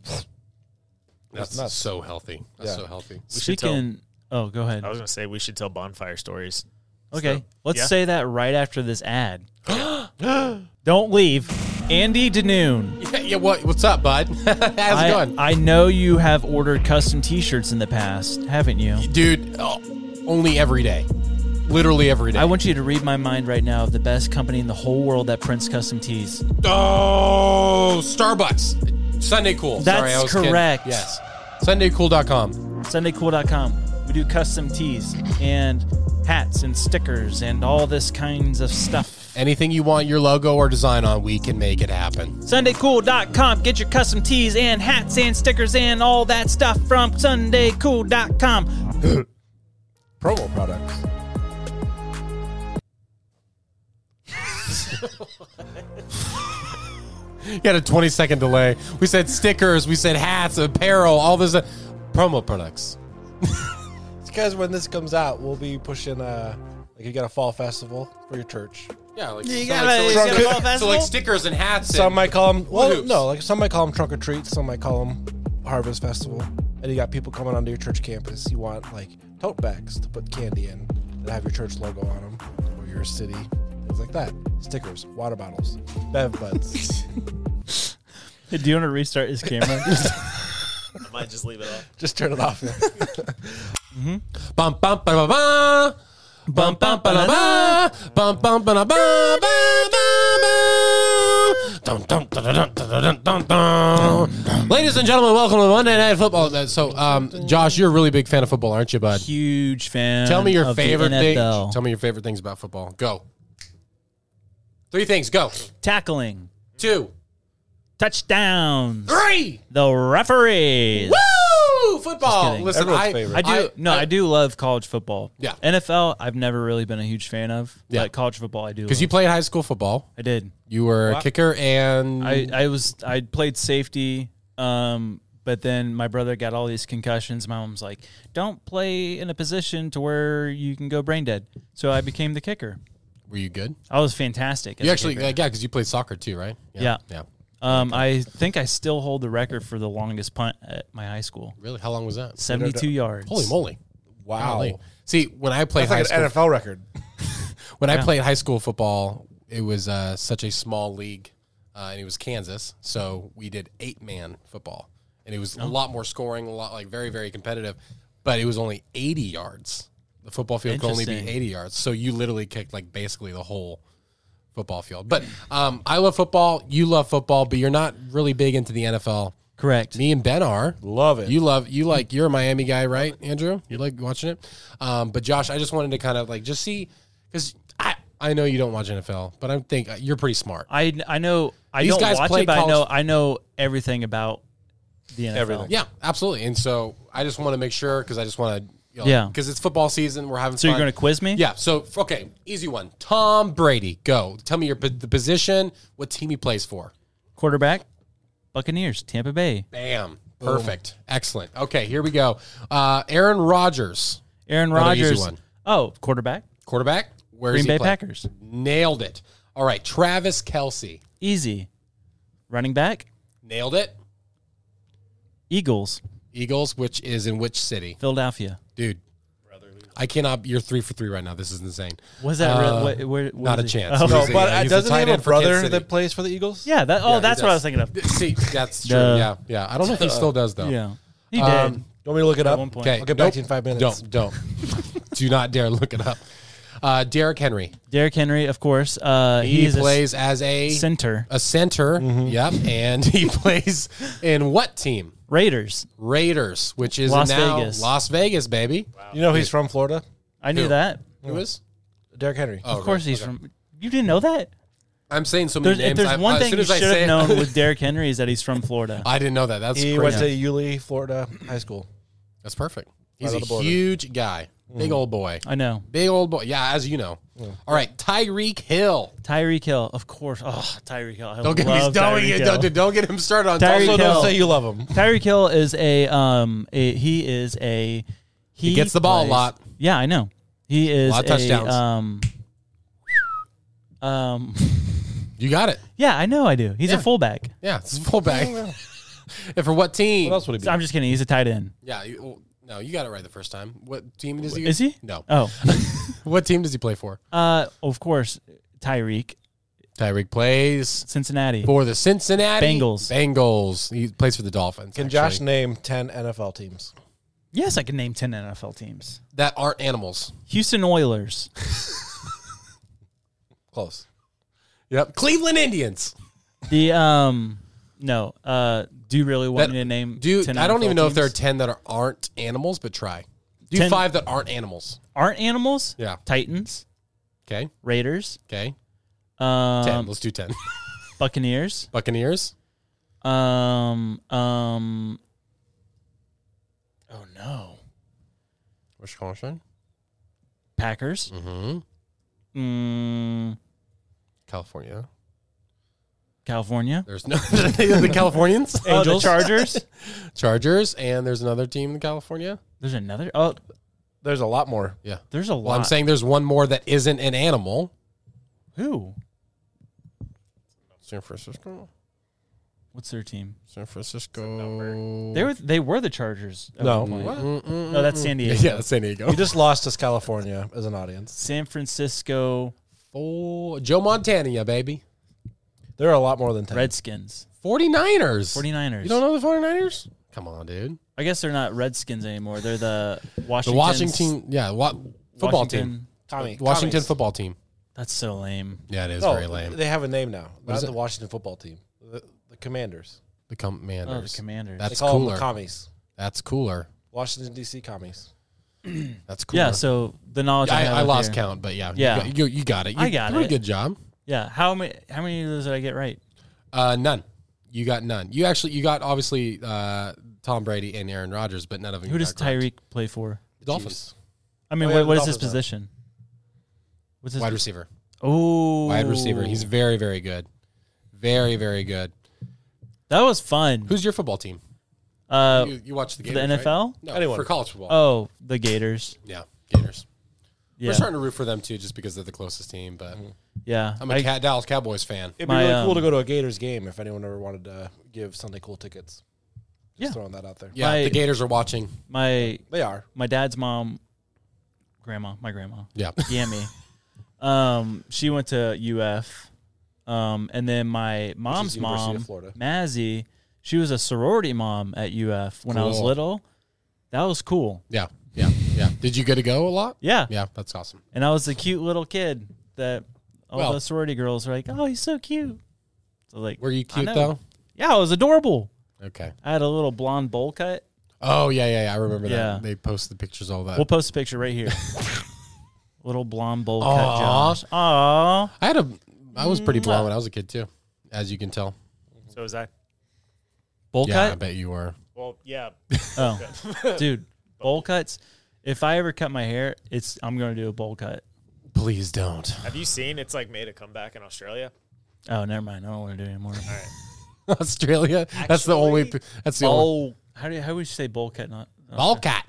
That's
nuts.
so healthy. That's
Yeah.
so healthy.
should tell-
Speaking. Oh, go ahead.
I was gonna say we should tell bonfire stories.
Okay,
So,
let's
yeah.
say that right after this ad. [gasps] Don't leave. Andy Danoon.
Yeah, yeah, what what's up, bud? [laughs] How's it
I,
going,
I know you have ordered custom T-shirts in the past, haven't you?
dude? oh, only every day, literally every day.
I want you to read my mind right now of the best company in the whole world that prints custom tees.
oh, Starbucks Sunday Cool. Sorry, I
That's
was kidding.
correct.
Yes, SundayCool.com.
SundayCool.com. We do custom tees and hats and stickers and all this kinds of stuff.
Anything you want your logo or design on, we can make it happen.
SundayCool.com. Get your custom tees and hats and stickers and all that stuff from SundayCool.com.
promo products.
You had a 20 second delay. We said stickers, we said hats, apparel, all this uh, promo products.
[laughs] Because when this comes out, we'll be pushing uh like you got a fall festival for your church.
Yeah, like
You got a- you got a fall
so
festival?
like stickers and hats.
Some
and,
might call them well,
hoops?
no, like some might call them trunk or treat. Some might call them harvest festival. And you got people coming onto your church campus. You want like tote bags to put candy in that have your church logo on them, or your city, things like that. Stickers, water bottles, bev
[laughs]
buds.
Hey, do you want to restart his [laughs] camera?
I might just leave it off.
Just turn
[laughs]
it off.
bum bum ba ba bum bum ba ba bum bum ba ba ba ba dum dum da dum da dum dum dum. Ladies and gentlemen, welcome to Monday Night Football. That- So, um, Josh, you're a really big fan of football, aren't you, bud?
Huge fan.
Tell me your
of the
favorite thing.
NFL.
Tell me your favorite things about football. Go. Three things. Go.
Tackling.
Two.
Touchdowns.
Three.
The referees.
Woo! Football.
kidding.
Listen,
Everyone's
I,
favorite.
I do no, I, do love college football.
Yeah.
NFL, I've never really been a huge fan of.
Yeah.
But college football, I do.
because you
love.
played high school football.
I did.
You were a kicker and
I, I was I played safety, um, but then my brother got all these concussions. My mom's like, "Don't play in a position to where you can go brain dead." So I became the kicker.
were you good?
I was fantastic. as
You
a
actually,
kicker.
like, yeah, because you played soccer too, right?
Yeah.
Yeah.
Um, I think I still hold the record for the longest punt at my high school,
Really? How long was that?
seventy-two yards.
Holy moly!
Wow,
Golly. See, when I played
that's like an
high school,
NFL record.
when I played high school football, it was uh, such a small league, uh, and it was Kansas, so we did eight man football, and it was a lot more scoring, a lot like very very competitive, but it was only eighty yards. The football field could only be
Interesting.
eighty yards, so you literally kicked like basically the whole football field. But um, I love football. You love football, but you're not really big into the NFL.
Correct.
Me and Ben are.
Love it.
You love you like you're a Miami guy, right, Andrew? You like watching it. Um, but Josh, I just wanted to kind of like just see because I I know you don't watch NFL, but I think uh, you're pretty smart.
I I know I
These
don't
guys
watch
play
it, but I know
college-
I know everything about the NFL. Everything.
Yeah, absolutely. And so I just want to make sure because I just want to you know,
Yeah.
because it's football season. We're having
So you're
fun.
going to quiz me?
yeah. So f- okay, easy one. Tom Brady, go. Tell me your p- the position, what team he plays for.
Quarterback, Buccaneers, Tampa Bay.
Bam. Perfect. Excellent. Okay, here we go. Uh, Aaron Rodgers,
Aaron
Another easy
Rodgers.
one.
Oh, quarterback.
quarterback. Where does
Green
he
Bay
play?
Packers.
Nailed it. All right, Travis Kelsey.
Easy. Running back,
Nailed it.
Eagles,
Eagles, which is in which city?
Philadelphia.
Dude. I cannot. You're three for three right now. This is insane.
Was that
Uh,
real? What, where, what
not
is
a
it?
chance.
Oh,
No,
No,
He's a-
but
yeah,
uh,
he's a
doesn't he
tight
have
end
a
for Kansas
brother
City.
that plays for the Eagles?
yeah. That, oh,
Yeah, he
that's what I was
does.
thinking of.
[laughs] See, that's true.
Duh.
yeah, yeah. Um, I don't know if he still does though.
Yeah. He did.
You want me to look it up?
one point.
Okay.
Okay,
I'll get back
nope.
to you in five minutes.
Don't don't. [laughs] Do not dare look it up. Uh, Derrick Henry.
Derrick Henry, of course. Uh,
He
he's
plays as a
a s- center.
a center.
Mm-hmm.
Yep, and he [laughs] plays in what team?
Raiders.
Raiders, which is
Las
now
Vegas.
Las Vegas, baby.
You know he's from Florida?
I knew
Who?
that.
Who is?
Derrick Henry.
Oh,
Of course,
okay.
he's from. You didn't know that?
I'm saying so many
There's, if
names.
there's
I-
one
as
thing
soon
you
as I
should
say it- Uh,
have known with Derrick Henry is that he's from Florida.
[laughs] I didn't know that. That's
he
crazy.
went to Yulee, Florida High School.
That's perfect. He's
on the
a
border. Mm.
huge guy. Big old boy.
I know.
Big old boy. Yeah, as you know. All right, Tyreek Hill.
Tyreek Hill, of course. Oh, Tyreek Hill. I
Don't get me
love
don't,
Tyreek
get-
Hill.
don't- don't get him started on
Tyreek
Tyreek.
Hill.
Don't say you love him.
Tyreek Hill is a um a, he is a he,
gets the ball a
plays-
lot.
Yeah, I know. He is
lot of touchdowns.
A, um um
You got it.
yeah, I know I do. He's
Yeah.
a fullback.
Yeah, it's a fullback. [laughs] and for what team?
What else would it be?
So I'm just kidding. He's a tight end.
Yeah, you, well, no, you got it right the first time. What team does he?
Is he?
No.
Oh, [laughs]
What team does he play for?
uh, of course, Tyreek,
Tyreek plays
Cincinnati.
for the Cincinnati
Bengals.
Bengals. He plays for the Dolphins.
Can
actually,
Josh name 10 NFL teams?
Yes, I can name ten NFL teams.
that aren't animals?
Houston Oilers,
Close.
Yep. Cleveland Indians.
the um, no, uh, do you really want
That-
me to name?
Dude,
10
I don't
NFL
even know if there are
teams?
10 that are, aren't animals, but try. Do
10
five that aren't animals.
aren't animals.
Yeah.
Titans,
Okay.
Raiders,
Okay. 10.
um,
Let's do 10.
Buccaneers,
[laughs] Buccaneers.
Um, um. Oh no!
Wisconsin.
Packers.
Mm-hmm.
Mm,
California.
California.
There's no [laughs] Oh, the Californians.
[laughs] Angels. Chargers.
Chargers, and there's another team in California.
[laughs] There's another. Oh,
There's a lot more.
Yeah.
there's a lot.
Well, I'm saying there's one more that isn't an animal.
who?
San Francisco.
What's their team?
San Francisco.
They were they were the Chargers. at
No.
one point.
What?
no, that's San Diego.
[laughs] [laughs] Yeah, San Diego.
You just lost us California as an audience.
San Francisco
Oh, Joe Montana, yeah, baby.
There are a lot more than 10.
Redskins.
49ers.
49ers.
You don't know the 49ers? Come on, dude.
I guess they're not Redskins anymore. They're the
The
Washington.
Washington, yeah, wa- football team.
Tommy.
Washington
Tommy's.
football team.
That's so lame.
Yeah, it is
No,
very lame.
Oh, They have a name now. Not
is
the
it?
Washington football team. The, the Commanders.
The Commanders.
Oh, the Commanders.
They
That's
call them
cooler.
the commies.
That's cooler.
Washington, D.C. commies.
That's cooler.
yeah. So the knowledge I,
I,
have
I
up
lost
here.
count, but yeah, you
Yeah.
got- you, you got it. You
I got
did a
it.
good job.
Yeah. How many? How many of those did I get right?
Uh, none. You got none. You actually you got obviously uh, Tom Brady and Aaron Rodgers, but none of them.
Who
you
does
got correct.
Tyreek play for?
The Dolphins
I mean,
Oh, yeah,
what, what
the
is his
Dolphins are.
position? What's his?
wide receiver.
Oh,
Wide receiver. He's very very good. Very very good.
that was fun.
Who's your football team?
Uh,
you, you watch the
for
game.
the NFL?
No,
Anyone.
for college football.
Oh, the Gators.
yeah, Gators.
Yeah,
We're starting to root for them too, just because they're the closest team. But
yeah.
I'm
Um,
a
I-
Cat Dallas Cowboys fan.
It'd be
My,
really cool
um,
to go to a Gators game if anyone ever wanted to give Sunday Cool tickets. Just
Yeah.
throwing that out there.
Yeah,
My-
the Gators are watching.
my
They are.
my dad's mom, grandma, my grandma, [laughs]
Yeah,
[laughs]
Yami. um, she went to UF, um, and then my mom's
University
mom,
of Florida.
Mazzy, she was a sorority mom at UF when I was
Cool.
little. That was cool.
yeah, yeah, yeah. Did you get to go a lot?
Yeah,
Yeah, that's awesome.
and I was the cute little kid that all
Well-
the sorority girls were like, "Oh, he's so cute." So like,
Were you
I
cute
know.
though?
Yeah, I was adorable.
Okay.
I had a little blonde bowl cut.
Oh yeah, yeah, yeah. I remember
Yeah.
that. They posted pictures all that.
We'll post a picture right
[laughs]
here. little blonde bowl
Aw.
cut, Josh. Aw.
I had a. I was
Mm,
pretty
uh,
blonde when I was a kid too, as you can tell.
So was I.
Bowl
yeah, I
cut?
bet you were.
Well, yeah.
Oh. Dude, bowl cuts. If I ever cut my hair, it's I'm gonna do a bowl cut.
Please don't.
Have you seen? It's like made a comeback in Australia.
Oh, never mind. I don't want to do it anymore.
[laughs] Australia. that's the only.
Actually,
That's the only.
Bowl. How do you, how would you say bowl cut? Not not-
Ball cat.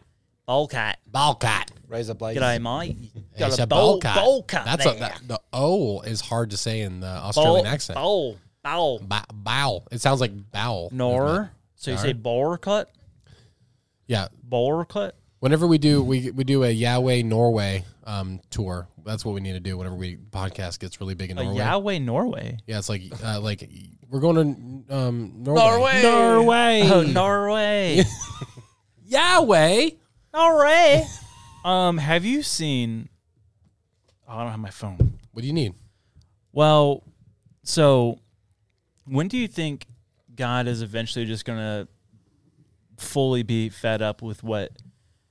bowl cut.
Ball cat.
Raise up like
G'day, mate. Got
It's
a bowl, bowl cut.
That's
there.
a, that, the O is hard to say in the Australian
bowl,
accent.
bowl, bowl.
Bow. bow. It sounds like bow. doesn't it?
Nor. So you say bowl cut,
Yeah.
bowl cut.
Whenever we do we we do a Yahweh Norway um, tour. That's what we need to do. Whenever we podcast gets really big in
A
Norway.
Yahweh, Norway.
Yeah, it's like uh, like we're going to um, Norway. Norway.
Norway. Oh, [laughs] Norway.
Yahweh.
Norway. um, have you seen? Oh, I don't have my phone.
What do you need?
Well, so when do you think God is eventually just going to fully be fed up with what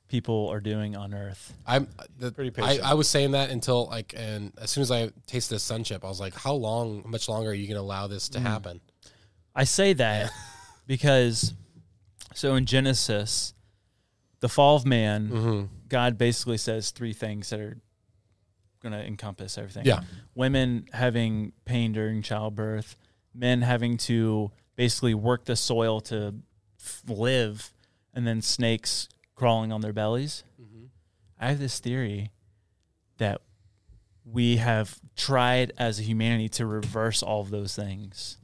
people are doing on earth?
I'm the,
Pretty
I,
patient.
I was saying that until like, and as soon as I tasted the sun chip, I was like, how long, how much longer are you going to allow this
Mm.
to happen?
I say that because so in Genesis, the fall of man, God basically says three things that are going to encompass everything.
Yeah.
Women having pain during childbirth, men having to basically work the soil to f- live, and then snakes crawling on their bellies. I have this theory that we have tried as a humanity to reverse all of those things.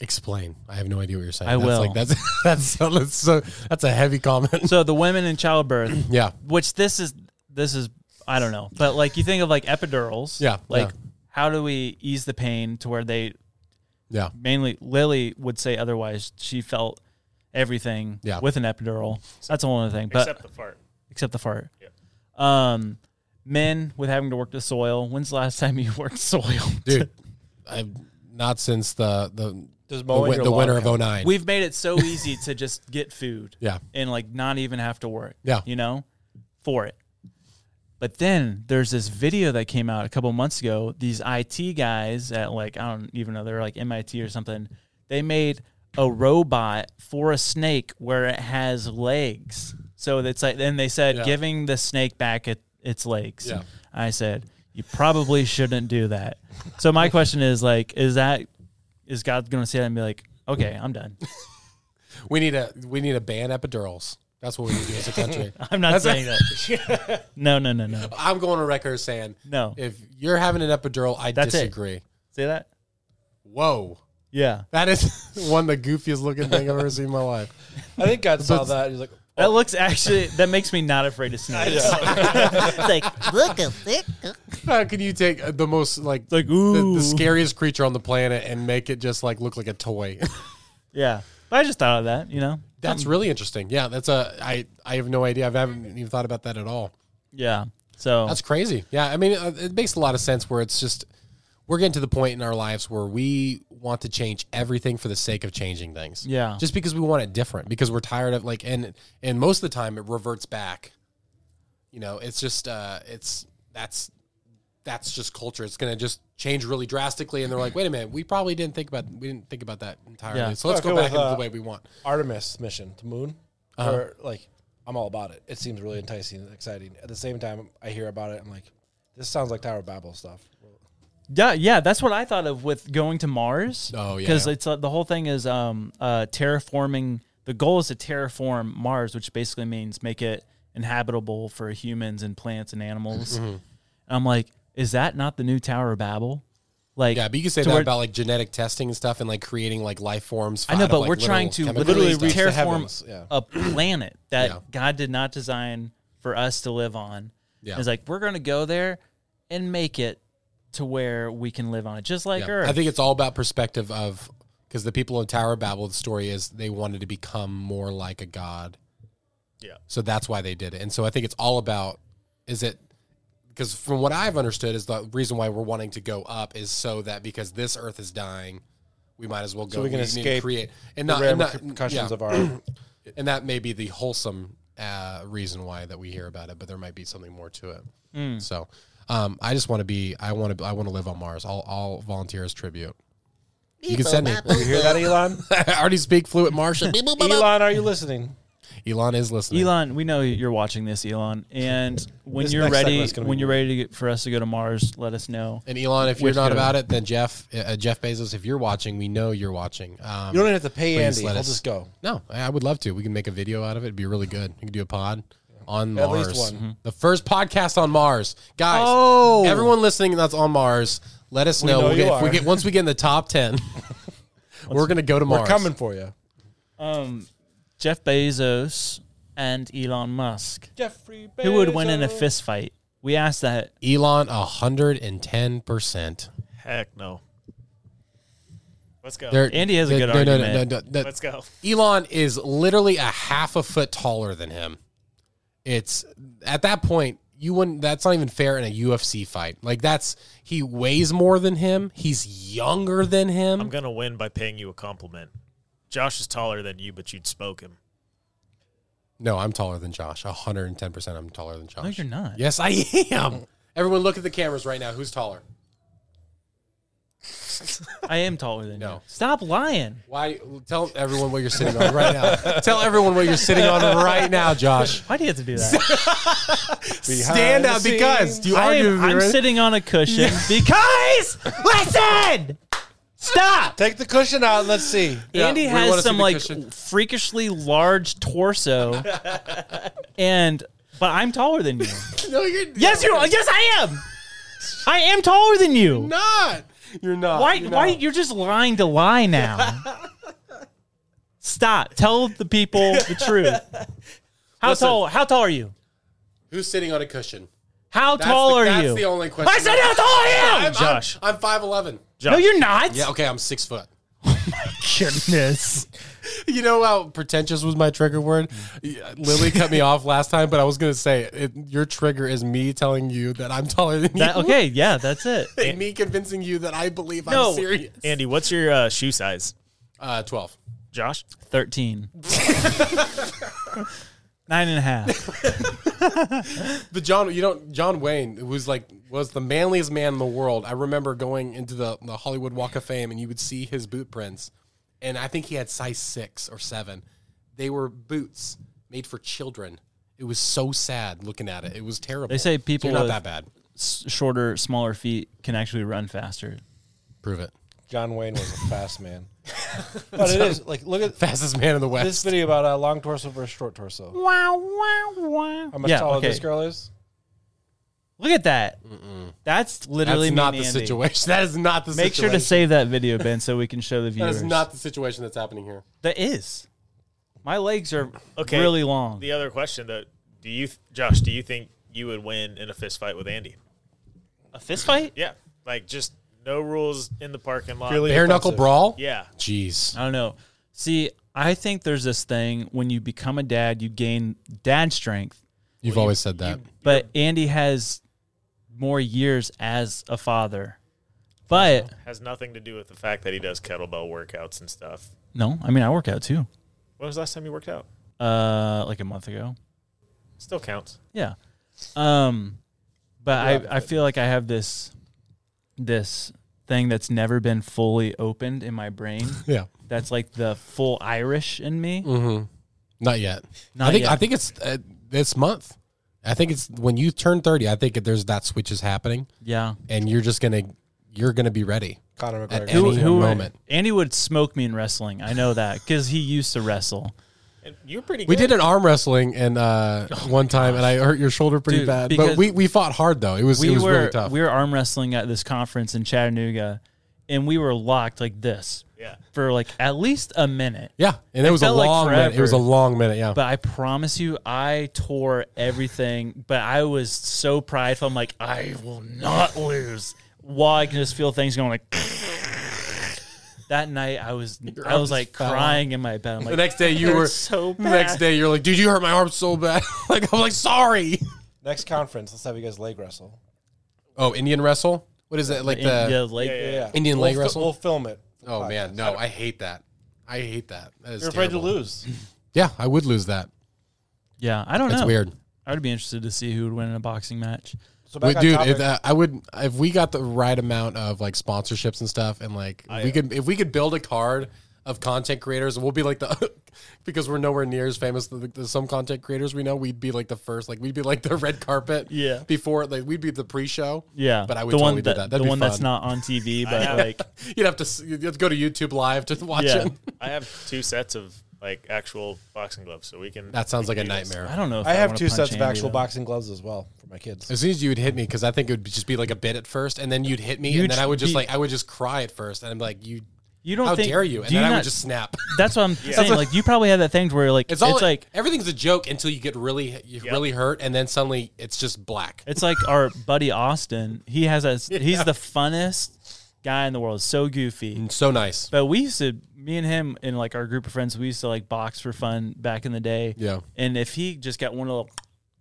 Explain. I have no idea what you're saying.
I
that's
will.
Like, that's [laughs] that's so, that's so that's a
[laughs]
heavy comment.
So the women in childbirth,
yeah,
which this is this is I don't know, but like you think of like epidurals,
Yeah,
Like
yeah.
how do we ease the pain to where they
yeah,
mainly Lily would say otherwise. She felt everything
Yeah.
with an epidural. That's one other thing, but
Except
except,
the fart.
the fart. Um, men with having to work the soil. When's the last time you [laughs] worked soil,
[laughs]
[laughs]
dude. I've not since the the
Does
the,
mowing
win,
your
the
lawn
winter of
count?
09.
We've made it so easy to just get food.
yeah,
and like not even have to work.
Yeah.
You know, for it. But then there's this video that came out a couple months ago. These IT guys at like, I don't even know, they're like MIT or something. They made a robot for a snake where it has legs. So it's like, then they said giving the snake back a, its lakes.
Yeah.
I said, you probably shouldn't do that. So my question is like, is that is God going to say that and be like, okay, I'm done. [laughs]
We need a we need a ban epidurals. That's what we need to do as a country.
[laughs] I'm not saying that.
[laughs]
no, no, no, no.
I'm going on record saying
No.
if you're having an epidural, I
That's it.
disagree.
Say that?
Whoa.
Yeah.
That is [laughs] one of the goofiest looking thing I've ever seen in my life.
I think
[laughs]
God saw that. He's like,
That looks actually that makes me not afraid of snakes. it's like look at this.
How can you take uh, the most like,
like
the,
ooh
the scariest creature on the planet and make it just like look like a toy? [laughs]
Yeah. But I just thought of that, you know?
that's really interesting. Yeah, that's a I I have no idea. I haven't even thought about that at all.
Yeah. So
That's crazy. Yeah, I mean, uh, it, it makes a lot of sense. Where it's just we're getting to the point in our lives where we want to change everything for the sake of changing things.
Yeah.
just because we want it different, because we're tired of like, and and most of the time it reverts back. You know, it's just uh, it's that's that's just culture. It's going to just change really drastically, and they're like, wait a minute, we probably didn't think about we didn't think about that entirely.
Yeah.
So let's
Okay,
go back
with,
into
uh,
the way we want.
Artemis mission to moon,
Uh-huh.
or like I'm all about it. It seems really enticing and exciting. At the same time, I hear about it. I'm like, this sounds like Tower of Babel stuff.
yeah, yeah, that's what I thought of with going to Mars.
Oh, yeah.
Because it's uh, the whole thing is um uh terraforming the goal is to terraform Mars, which basically means make it inhabitable for humans and plants and animals.
Mm-hmm.
And I'm like, is that not the new Tower of Babel? Like
Yeah, but you can say
to
that
where-
about like genetic testing and stuff, and like creating like life forms.
I know,
out of,
but
like,
we're
little
trying to
chemical
literally
stuff.
reach the
terraform
heavens, yeah.
a
[clears throat]
planet that
Yeah.
God did not design for us to live on.
Yeah.
It's like we're going to go there and make it to where we can live on it, just like
Yeah.
Earth.
I think it's all about perspective of because the people in Tower of Babel, the story is they wanted to become more like a god.
Yeah.
So that's why they did it. And so I think it's all about is it because from what I've understood is the reason why we're wanting to go up is so that because this earth is dying, we might as well go.
we can
need to
escape
create and
The
not, and, not-
repercussions
yeah.
of
[clears throat]
our
and that may be the wholesome uh, reason why that we hear about it, but there might be something more to it.
Hmm.
So um, I just want to be I want to I want to live on Mars. I'll, I'll volunteer as tribute. You can send me.
You hear that, Elon?
[laughs] I already speak fluent Martian.
Elon, are you listening?
Elon is listening.
Elon, we know you're watching this, Elon.
[laughs]
And when
This
you're
next
ready,
segment's gonna be
when you're ready to get, for us to go to Mars, let us know.
And Elon, if you're
Which
not
could-
about it, then Jeff, uh, Jeff Bezos, if you're watching, we know you're watching. Um,
You don't even have to pay
Please
Andy.
let
I'll
us-
just go.
No, I I would love to. We can make a video out of it. It'd be really good. We can do a pod on
At
Mars. Mm-hmm.
least one.
The first podcast on Mars, guys.
Oh.
everyone listening that's on Mars, let us know.
know
We'll get-
you
if we
are.
get once we get in the top
[laughs]
ten, we're gonna go to
We're
Mars.
coming for you,
Um, Jeff Bezos and Elon Musk,
Jeffrey.
who would win in a fist fight? We asked that.
Elon, hundred and ten percent.
Heck no. Let's go.
Andy has a good argument.
Let's go.
Elon is literally a half a foot taller than him. It's at that point you wouldn't. That's not even fair in a UFC fight. Like that's he weighs more than him. He's younger than him.
I'm gonna win by paying you a compliment. Josh is taller than you, but you'd spoke him.
no, I'm taller than Josh. 110. percent I'm taller than Josh.
No, you're not.
Yes, I am. Everyone, look at the cameras right now. Who's taller?
I am taller than
No.
you. Stop lying.
Why? Tell everyone what you're sitting on right now. tell everyone what you're sitting on right now, Josh.
Why do you have to do
[laughs]
that?
Stand up because do you
I
argue?
am,
with me
I'm
right-
sitting on a
[laughs]
cushion because listen, stop.
Take the cushion out. and Let's see.
Yeah,
Andy
we wanna
has
see
some
the
like
cushion.
freakishly large torso, and but I'm taller than you.
[laughs] No, you're
yes, you. are. Yes, I am. I am taller than you.
not. You're not.
why? Why you're just lying to lie now? stop. Tell the people
[laughs]
the truth. How
Listen.
tall? How tall are you?
Who's sitting on a cushion?
How
That's
tall
the,
are
that's
you?
the only question.
I said how tall I am.
I'm,
Josh.
I'm five eleven.
Josh,
No, you're not.
Yeah, okay, I'm six foot.
Goodness.
[laughs] You know how pretentious was my trigger word? Yeah, Lily cut me off last time, but I was gonna say it, your trigger is me telling you that I'm taller than
That, [laughs]
you.
Uh, okay, yeah, that's it.
And [laughs] me convincing you that I believe
No.
I'm serious.
Andy, what's your uh, shoe size?
Uh, twelve.
Josh,
13. [laughs] Nine and a half.
The John, you don't John Wayne who was like was the manliest man in the world. I remember going into the, the Hollywood Walk of Fame and you would see his boot prints, and I think he had size six or seven. They were boots made for children, It was so sad looking at it. It was terrible.
They say
So
people
you're not
with-
that bad.
S- shorter, smaller feet can actually run faster.
Prove it.
John Wayne was a fast man. but it is like look at
Fastest man in the
this
West.
video about a long torso versus short torso. Wow, wow, wow. How much
Yeah,
taller
okay.
this girl is?
Look at that. That's literally
That's
me
not
and
the
Andy.
situation. [laughs] That is not the
Make
situation.
sure to save that video, Ben, so we can show the
[laughs] that
viewers.
is not the situation that's happening here.
That is. My legs are
Okay.
really long.
The other question though, do you, th- Josh? Do you think you would win in a fist fight with Andy?
a fist fight?
Yeah, like just no rules in the parking lot.
Purely-
Bare knuckle
offensive.
brawl.
Yeah,
Jeez.
I don't know. See, I think there's this thing when you become a dad, you gain dad strength,
You've always said that.
but Andy has more years as a father. But
has nothing to do with the fact that he does kettlebell workouts and stuff.
no, I mean I work out too.
When was the last time you worked out?
Uh, like a month ago.
Still counts.
Yeah. Um, but I, I feel like I have this this thing that's never been fully opened in my [laughs] brain.
yeah.
that's like the full Irish in me.
Not yet.
Not
I think
yet.
I think it's uh, this month. I think it's when you turn 30, I think there's that switch is happening
Yeah.
and you're just going to you're going to be ready.
Conor
At
McGregor.
any moment.
Andy would smoke me in wrestling. I know that because he used to wrestle.
And you're pretty. Good.
We did an arm wrestling and
[laughs]
uh, one time and I hurt your shoulder
Oh
pretty
Dude,
bad.
because
But we, we fought hard though. It was
We
it was
were
really tough.
we were arm wrestling at this conference in Chattanooga, and we were locked like this
Yeah.
for like at least a minute.
yeah, and it, was a
felt like
long minute. It was a
forever.
long minute, yeah.
But I promise you, I tore everything. But I was so prideful. I'm like, I will not lose. While I can just feel things going like. [laughs] that night, I was I
arm
was
just
like
fell off.
crying in my bed. I'm
the
like,
next day you
"They're
were
so bad.
the next day you're like, "Dude, you hurt my arm so bad." [laughs] like I'm like, "Sorry."
Next conference, let's have you guys leg wrestle.
Oh, Indian wrestle? What is that? Like
In-
the
yeah, like
Yeah, yeah,
Yeah.
Indian
we'll
leg wrestle?
We'll film it.
Oh man, no, I hate that. I hate that. that is
You're afraid to
terrible.
lose.
Yeah, I would lose that.
Yeah, I don't
That's
know.
weird.
I would be interested to see who would win in a boxing match.
So
But
on
dude,
topic-
if uh, I would, if we got the right amount of like sponsorships and stuff, and like
uh,
we could, if we could build a card of content creators, we'll be like the [laughs] because we're nowhere near as famous as the- some content creators we know. We'd be like the first, like we'd be like the [laughs] red carpet,
Yeah.
Before like we'd be the pre-show,
Yeah,
But I would
the
totally
one
do that. That'd
the
be
one that's
fun.
not on TV, but like
You'd have to s- you'd have to go to YouTube live to [laughs] watch
Yeah.
it.
I have two sets of like actual boxing gloves, so we can.
That sounds like a
do this.
nightmare.
I don't know. If
I have
wanna
two
punch
sets of
Andy,
actual
though.
boxing gloves as well for my kids.
As soon as you would hit me, because I think it would just be like a bit at first, and then you'd hit me,
You'd
and then I would just
be-
like I would just cry at first, and I'm like, "You,
You don't
how
think,
dare you?" And
do
then I
not-
would just snap.
[laughs] That's what I'm saying. like you probably have that thing where like
It's all
like
like everything's a joke until you get really you really hurt, and then suddenly it's just black.
it's like our buddy Austin. He has
[laughs]
a he's the funnest guy in the world. So goofy. [laughs]
So nice.
But we used to, me and him and like our group of friends, we used to like box for fun back in the day.
Yeah. Mm.
And if he just got one little,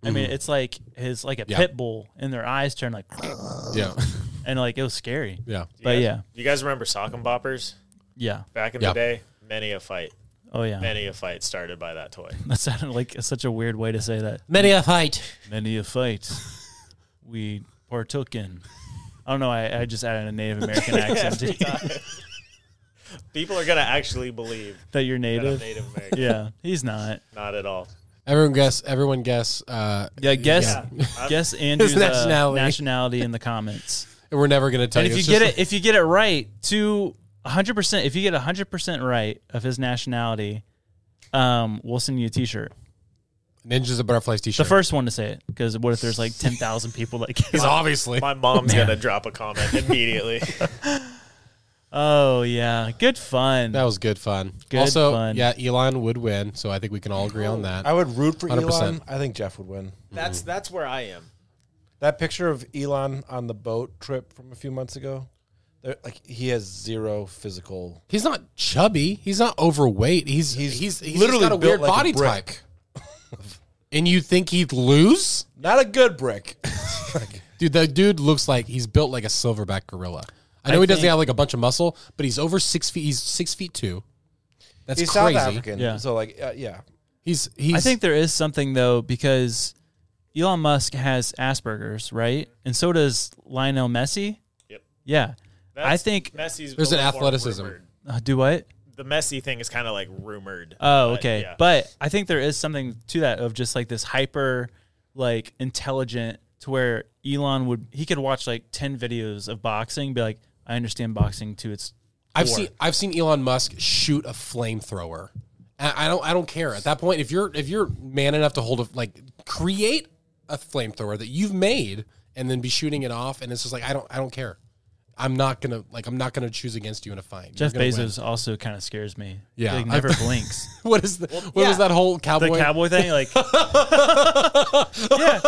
I mean, it's like his like a
Yeah.
pit bull, and their eyes turn like, [laughs]
Yeah,
and like it was scary.
yeah.
But
guys-
Oh, yeah,
You guys remember sock and boppers
yeah.
back in
Yeah.
the day? Many a fight,
Oh yeah.
many a fight started by that toy.
[laughs] That sounded like such a weird way to say that.
Many a fight.
Many a fight we partook in. I don't know. I, I just added a [laughs] Native American accent to
People are gonna actually believe
[laughs] that you're
that I'm
Native.
Native American.
Yeah, he's not.
Not at all.
Everyone guess. Everyone guess. Uh,
Yeah, guess
Yeah.
guess Andrew's uh, nationality.
nationality.
in the comments.
and we're never gonna tell
And
you.
if you
It's
get
just-
it, if you get it right to 100, percent if you get 100 percent right of his nationality, um, we'll send you a T-shirt.
Ninjas and Butterflies
The
T-shirt.
first one to say it, because what if there's like 10,000 people [laughs] that guess?
He's obviously.
My mom's gonna drop
[laughs]
a comment immediately.
Oh yeah, good fun.
That was good fun.
Good
also,
fun. Oh,
yeah, Elon would win, so I think we can all agree on that.
I would root for
100%.
Elon. I think Jeff would win.
that's that's where I am.
That picture of Elon on the boat trip from a few months ago, there- like he has zero physical.
He's not chubby. He's not overweight. He's he's he's, he's
literally
literally got a
built
weird
like a
body
brick.
type. [laughs] and you think he'd lose,
Not a good brick.
dude? That dude looks like he's built like a silverback gorilla. I know he doesn't
think-
have like a bunch of muscle, but he's over six feet. He's six feet two. That's
He's
crazy.
South African,
Yeah.
so like uh, yeah,
He's he's.
I think there is something though because Elon Musk has Asperger's, right? And so does Lionel Messi.
Yep.
Yeah. I
That's
think
Messi's
There's an
below form
athleticism.
rumored.
uh, do what?
the messy thing is kind of like rumored.
Oh,
but,
okay.
yeah.
But I think there is something to that of just like this hyper, like intelligent to where Elon would he could watch like ten videos of boxing, be like, I understand boxing to its.
I've
core."
seen I've seen Elon Musk shoot a flamethrower. I I don't I don't care at that point. If you're if you're man enough to hold a like create a flamethrower that you've made and then be shooting it off, and it's just like I don't I don't care. I'm not gonna like I'm not gonna choose against you in a fight.
Jeff
You're gonna win.
Bezos also kind of scares me.
Yeah.
like never blinks.
[laughs] What is the what was that whole
The
cowboy?
cowboy thing, like,
[laughs]
yeah,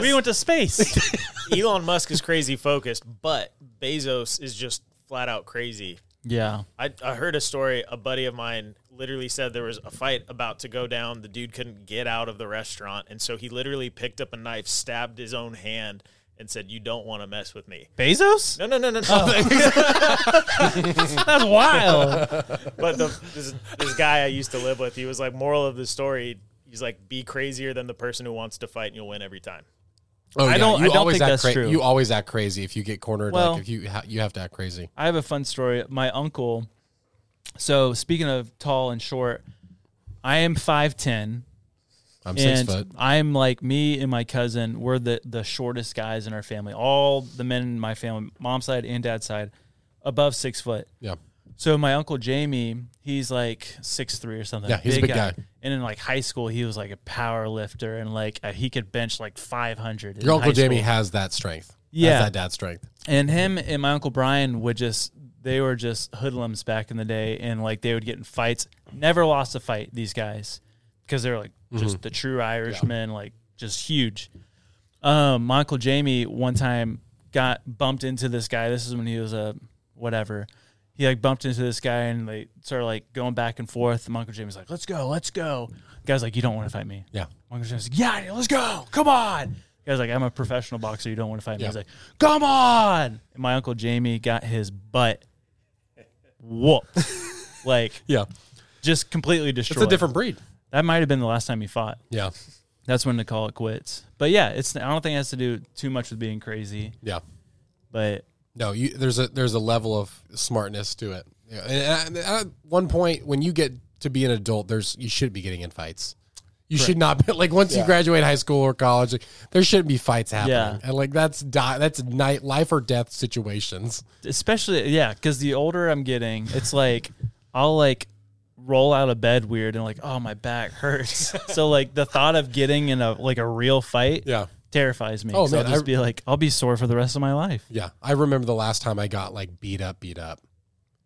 we went to space.
Elon Musk is crazy focused, but Bezos is just flat out crazy.
[laughs] yeah,
I, I heard a story. A buddy of mine literally said there was a fight about to go down. The dude couldn't get out of the restaurant, and so he literally picked up a knife, stabbed his own hand, and said, "You don't want to mess with me."
Bezos. [laughs]
No, no, no, no, no.
Oh. That's wild.
[laughs] but the, this, this guy I used to live with, he was like, "Moral of the story." He's like, "Be crazier than the person who wants to fight, and you'll win every time."
Oh,
I
yeah,
don't-
you
I don't
always
think
act
that's
cra-
true.
You always act crazy if you get cornered.
Well-
like if you ha- you have to act crazy.
I have a fun story. My uncle. So speaking of tall and short, I am five ten.
I'm
and
six foot.
I'm like me and my cousin. We're the the shortest guys in our family. All the men in my family, mom's side and dad's side, above six foot.
Yeah.
So my uncle Jamie, he's like six three or something.
Yeah, he's a big guy.
And in like high school, he was like a power lifter and like uh, he could bench like five hundred.
Your uncle Jamie has that strength.
Yeah.
Has that dad strength.
And him and my uncle Brian would just they were just hoodlums back in the day and like they would get in fights. Never lost a fight, these guys. Because they're like just the true Irishmen, like just huge. Um, my uncle Jamie one time got bumped into this guy. This is when he was a whatever. He like bumped into this guy and they started like going back and forth. My uncle Jamie's like, "Let's go, let's go." guy's like, "You don't want to fight me."
Yeah.
My uncle Jamie's like, "Yeah, let's go, come on." guy's like, "I'm a professional boxer. You don't want to fight me." He's like, "Come on!" And my uncle Jamie got his butt
[laughs]
whooped, like
Yeah.
just completely destroyed.
It's a different breed.
That might have been the last time he fought.
Yeah.
That's when to call it quits. But yeah, it's I don't think it has to do too much with being crazy.
Yeah.
But
No, you, there's a there's a level of smartness to it. Yeah. And at, at one point, when you get to be an adult, there's you should be getting in fights. You should not be [laughs] like once you graduate high school or college, like, there shouldn't be fights happening.
Yeah.
And like that's di- that's night life or death situations.
especially yeah, because the older I'm getting, it's like I'll like roll out of bed weird and like oh my back
[laughs]
hurts. so like the thought of getting in a like a real fight
Yeah.
terrifies me.
Oh,
'cause
man,
I'll just
I-
be like I'll be sore for the rest of my life.
Yeah, I remember the last time I got like beat up, beat up,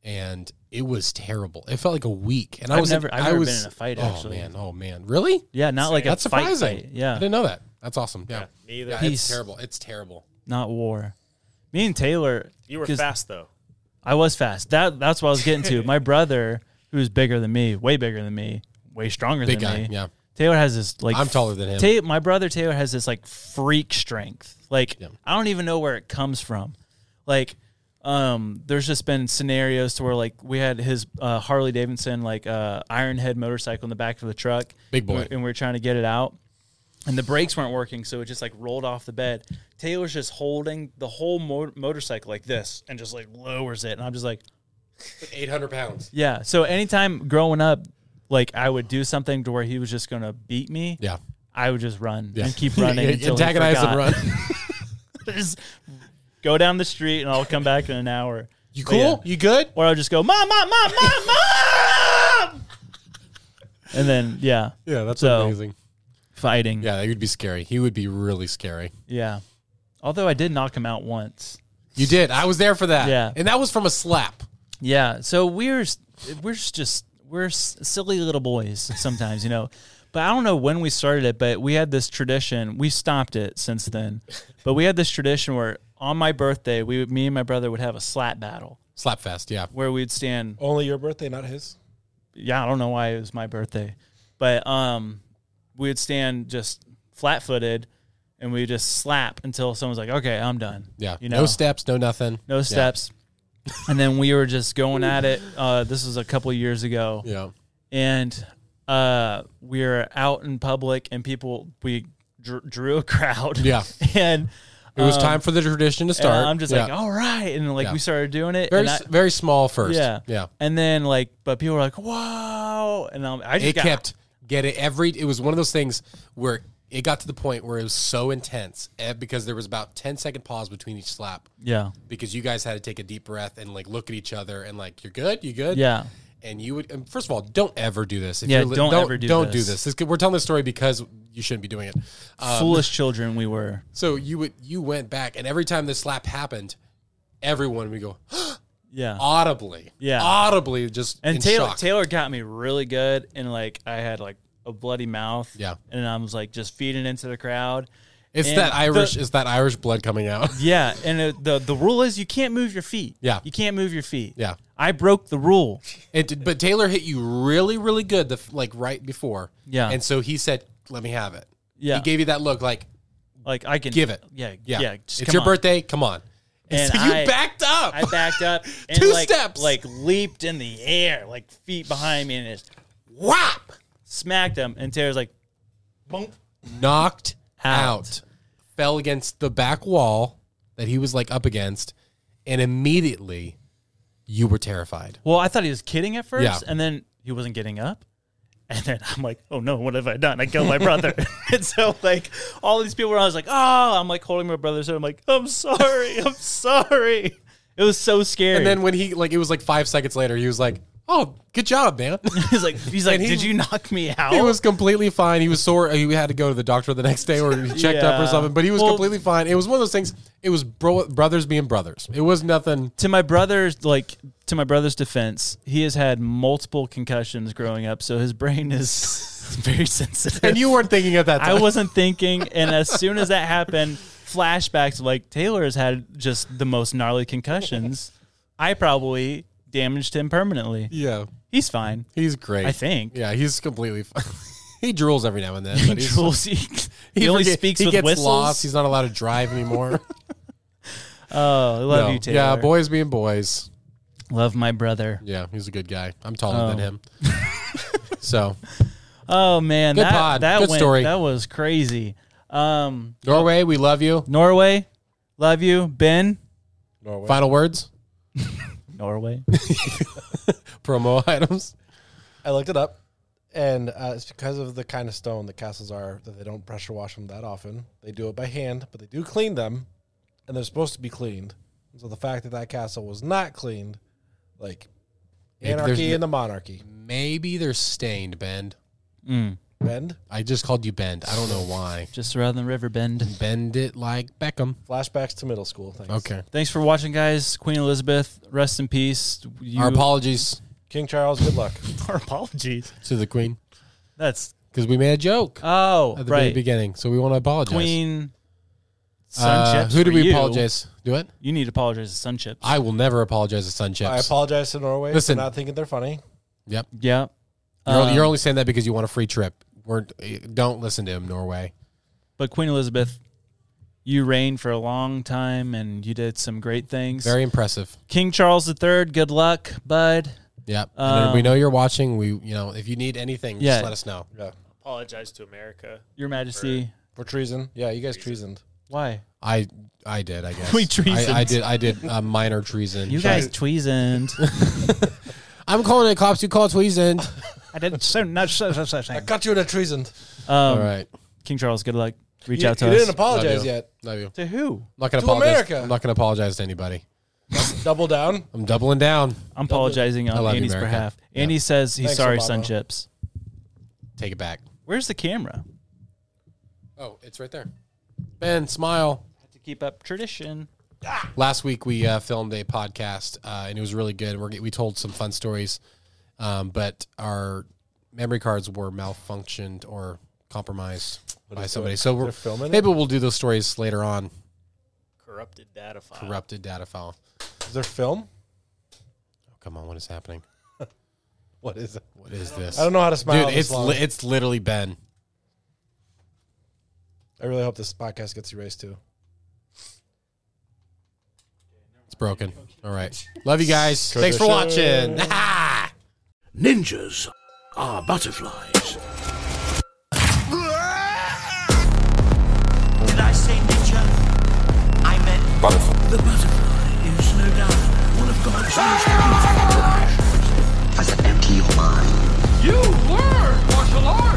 and it was terrible. It felt like a week, and I
I've
was
never- I've
I
never
was,
been in a fight,
Oh
actually.
man, oh man, really?
Yeah, not like
That's
a fight
surprising.
fight.
I
Yeah,
didn't know that. That's awesome. Yeah,
Me either.
yeah,
Peace.
it's terrible. It's terrible.
not war. Me and Taylor,
You were
'cause
fast though.
I was fast. That that's what I was getting
[laughs]
to. My brother, who's bigger than me, way bigger than me, way stronger
Big
than
guy.
me.
Yeah,
Taylor has this like
I'm taller than him.
Ta- my brother Taylor has this like freak strength. Like I don't even know where it comes from. Like um, there's just been scenarios to where like we had his uh, Harley Davidson like uh, Ironhead motorcycle in the back of the truck,
Big boy.
and we- and we were trying to get it out, and the brakes weren't working, so it just like rolled off the bed. Taylor's just holding the whole mo- motorcycle like this and just like lowers it, and I'm just like,
eight hundred pounds.
yeah. So anytime growing up, like I would do something to where he was just gonna beat me.
Yeah,
I would just run
[laughs] yeah.
and keep running until
antagonize
he forgot.
and run.
[laughs] just go down the street and I'll come back in an hour.
You
But yeah.
cool? You good?
Or I'll just go mom, mom, mom, mom, mom, and then yeah,
Yeah, that's
So-
amazing.
fighting. Yeah.
Yeah, that would be scary. He would be really scary.
Although I did knock him out once.
You did. I was there for that.
Yeah.
and that was from a slap.
Yeah. So we're s- we're s- just we're s- silly little boys sometimes, you know. But I don't know when we started it, but we had this tradition. We stopped it since then, but we had this tradition where on my birthday, we would- me and my brother would have a slap battle
Slap fest. Yeah.
where we'd stand
Only your birthday, not his.
yeah, I don't know why it was my birthday, but um, we would stand just flat footed, and we would just slap until someone's like, "Okay, I'm done."
Yeah.
you know,
no steps. No nothing.
no steps. and then we were just going at it. Uh, this was a couple years ago,
Yeah.
and uh, we were out in public, [laughs] and people we dr- drew a crowd.
Yeah.
and
It was time for the tradition
Um,
to
And
start.
I'm just like,
Yeah.
all right, and like
Yeah.
we started doing it.
very
and I-
s very small first.
yeah,
yeah.
And then like, but people were like, wow, and I'm, I just
It
got,
kept get it every. It was one of those things where it got to the point where it was so intense eh, because there was about 10 second pause between each slap
yeah,
because you guys had to take a deep breath and like look at each other and like you're good, you good,
yeah,
And you would and first of all, don't ever do this. If
Yeah,
li-
don't ever do
don't do
this.
this. this. We're telling this story because you shouldn't be doing it. Um,
foolish children we were.
So you would you went back, and every time the slap happened, everyone would go
Yeah,
audibly,
Yeah.
audibly, just
and
in
Taylor
shock.
Taylor got me really good, and like I had like a bloody mouth.
Yeah.
and I was like just feeding into the crowd.
It's
and
that
the-
Irish, it's that Irish blood
[laughs]
coming out.
Yeah, and it, the the rule is you can't move your feet.
Yeah.
you can't move your feet.
Yeah.
I broke the rule.
It did, but Taylor hit you really, really good, the f- like right before.
Yeah.
and so he said, "Let me have it."
Yeah.
he gave you that look, like
Like I can
give it.
Yeah, yeah.
yeah.
just
it's
come
your
on.
birthday. Come on. And,
And
so you
I-
backed up.
I backed up and
Two
like,
steps.
like leaped in the air, like feet behind me, and just
[laughs] Whap!
smacked him. And Taylor's like, "Bonk."
knocked
Out.
out. fell against the back wall that he was like up against, and immediately you were terrified.
Well, I thought he was kidding at first,
Yeah.
and then he wasn't getting up. And then I'm like, oh no, what have I done? I killed my brother. [laughs] and so like all these people were, I was like, oh, I'm like holding my brother's head. I'm like, I'm sorry, I'm sorry. It was so scary.
And then when he like it was like five seconds later, he was like, "Oh, good job, man."
[laughs] he's like, he's like,
he-
did you knock me out?
He was completely fine. He was sore. He had to go to the doctor the next day, or he checked up or
Yeah.
something. But he was
Well-
completely fine. It was one of those things. It was bro- brothers being brothers. It was nothing.
to my brother's like to my brother's defense, he has had multiple concussions growing up, so his brain is [laughs] very sensitive.
And you weren't thinking at that
I [laughs]
time.
wasn't thinking, and as soon as that happened, flashbacks of, like Taylor has had just the most gnarly concussions. I probably damaged him permanently.
Yeah,
He's fine.
he's great.
I think.
Yeah, he's completely. Fine. [laughs] he drools every now and then.
He,
but he's,
drools- he, he only
forget-
speaks
[laughs] he
with
gets
whistles.
Lost. He's not allowed to
[laughs]
drive anymore.
oh, I love
No.
you, Taylor.
Yeah, boys being boys.
Love my brother.
Yeah, he's a good guy. I'm taller than
Oh.
him.
[laughs]
so
Oh man,
Good
that
pod.
that
Good
went,
story.
That was crazy. Um,
Norway, we love you.
[laughs] Norway, love you, Ben.
Final words,
Norway.
promo [laughs] items.
I looked it up, and uh, it's because of the kind of stone that castles are that they don't pressure wash them that often. They do it by hand, but they do clean them, and they're supposed to be cleaned. So the fact that that castle was not cleaned, like
Maybe there's
anarchy
no-
and the monarchy,
Maybe they're stained, Bend.
Mm,
bend.
I just called you Bend. I don't know why.
just around the river bend.
Bend it like Beckham.
Flashbacks to middle school. Thanks.
Okay.
Thanks for watching, guys. Queen Elizabeth, rest in peace. You,
Our apologies
King Charles, good luck.
[laughs] our apologies.
to the Queen
That's
because we made a joke
oh
at the very
right.
beginning, so we want to apologize.
Queen
Uh,
Sunchips.
who do
for
we
you.
apologize? Do it.
You need to apologize to Sunchips.
I will never apologize to Sunchips.
I apologize to Norway
Listen.
for not thinking they're funny.
Yep.
yeah.
You're,
Um,
you're only saying that because you want a free trip. We're, don't listen to him, Norway.
but Queen Elizabeth, you reigned for a long time and you did some great things.
Very impressive.
King Charles III, good luck, bud.
Yep. and then we
Um,
know you're watching. We, you know, if you need anything,
Yeah.
just let us know.
Yeah,
[laughs] Apologize to America.
Your Majesty.
for treason. Yeah, you guys treasoned.
Why?
I, I did. I guess
[laughs] We treasoned.
I, I did. I did uh, minor treason.
You guys
[laughs]
tweezing.
I'm calling it cops. You call it treason.
Um, I didn't so not so so so.
I got you in a treason.
All right.
King Charles, good luck. Reach
You,
out to
you
us.
didn't apologize
Love you.
yet.
Love you. I'm
to who?
not gonna
To
apologize.
America.
I'm not gonna apologize to anybody.
Double down.
I'm doubling down.
I'm apologizing
I
on
love you,
Andy's
America.
behalf. Andy says he's
Thanks,
sorry,
Obama.
Sun Chips.
Take it back.
Where's the camera?
Oh, it's right there. Ben, smile.
To keep up tradition.
Last week we uh, filmed a podcast uh, and it was really good. We're, we told some fun stories, um, but our memory cards were malfunctioned or compromised by somebody. So we're
filming it?
maybe we'll do those stories later on.
Corrupted data file.
Corrupted data file.
Is there film?
Oh, come on, what is happening?
What is it?
What is this?
I don't know how to smile.
Dude,
this
it's
long.
li- it's literally Ben.
I really hope this podcast gets erased too.
It's broken. All right. Love you guys. Thanks for watching. [laughs]
Tradition.
Ninjas are butterflies. Did I say ninja? The butterfly is no doubt one of God's most beautiful creations. Has an empty mind.
You were martial arts.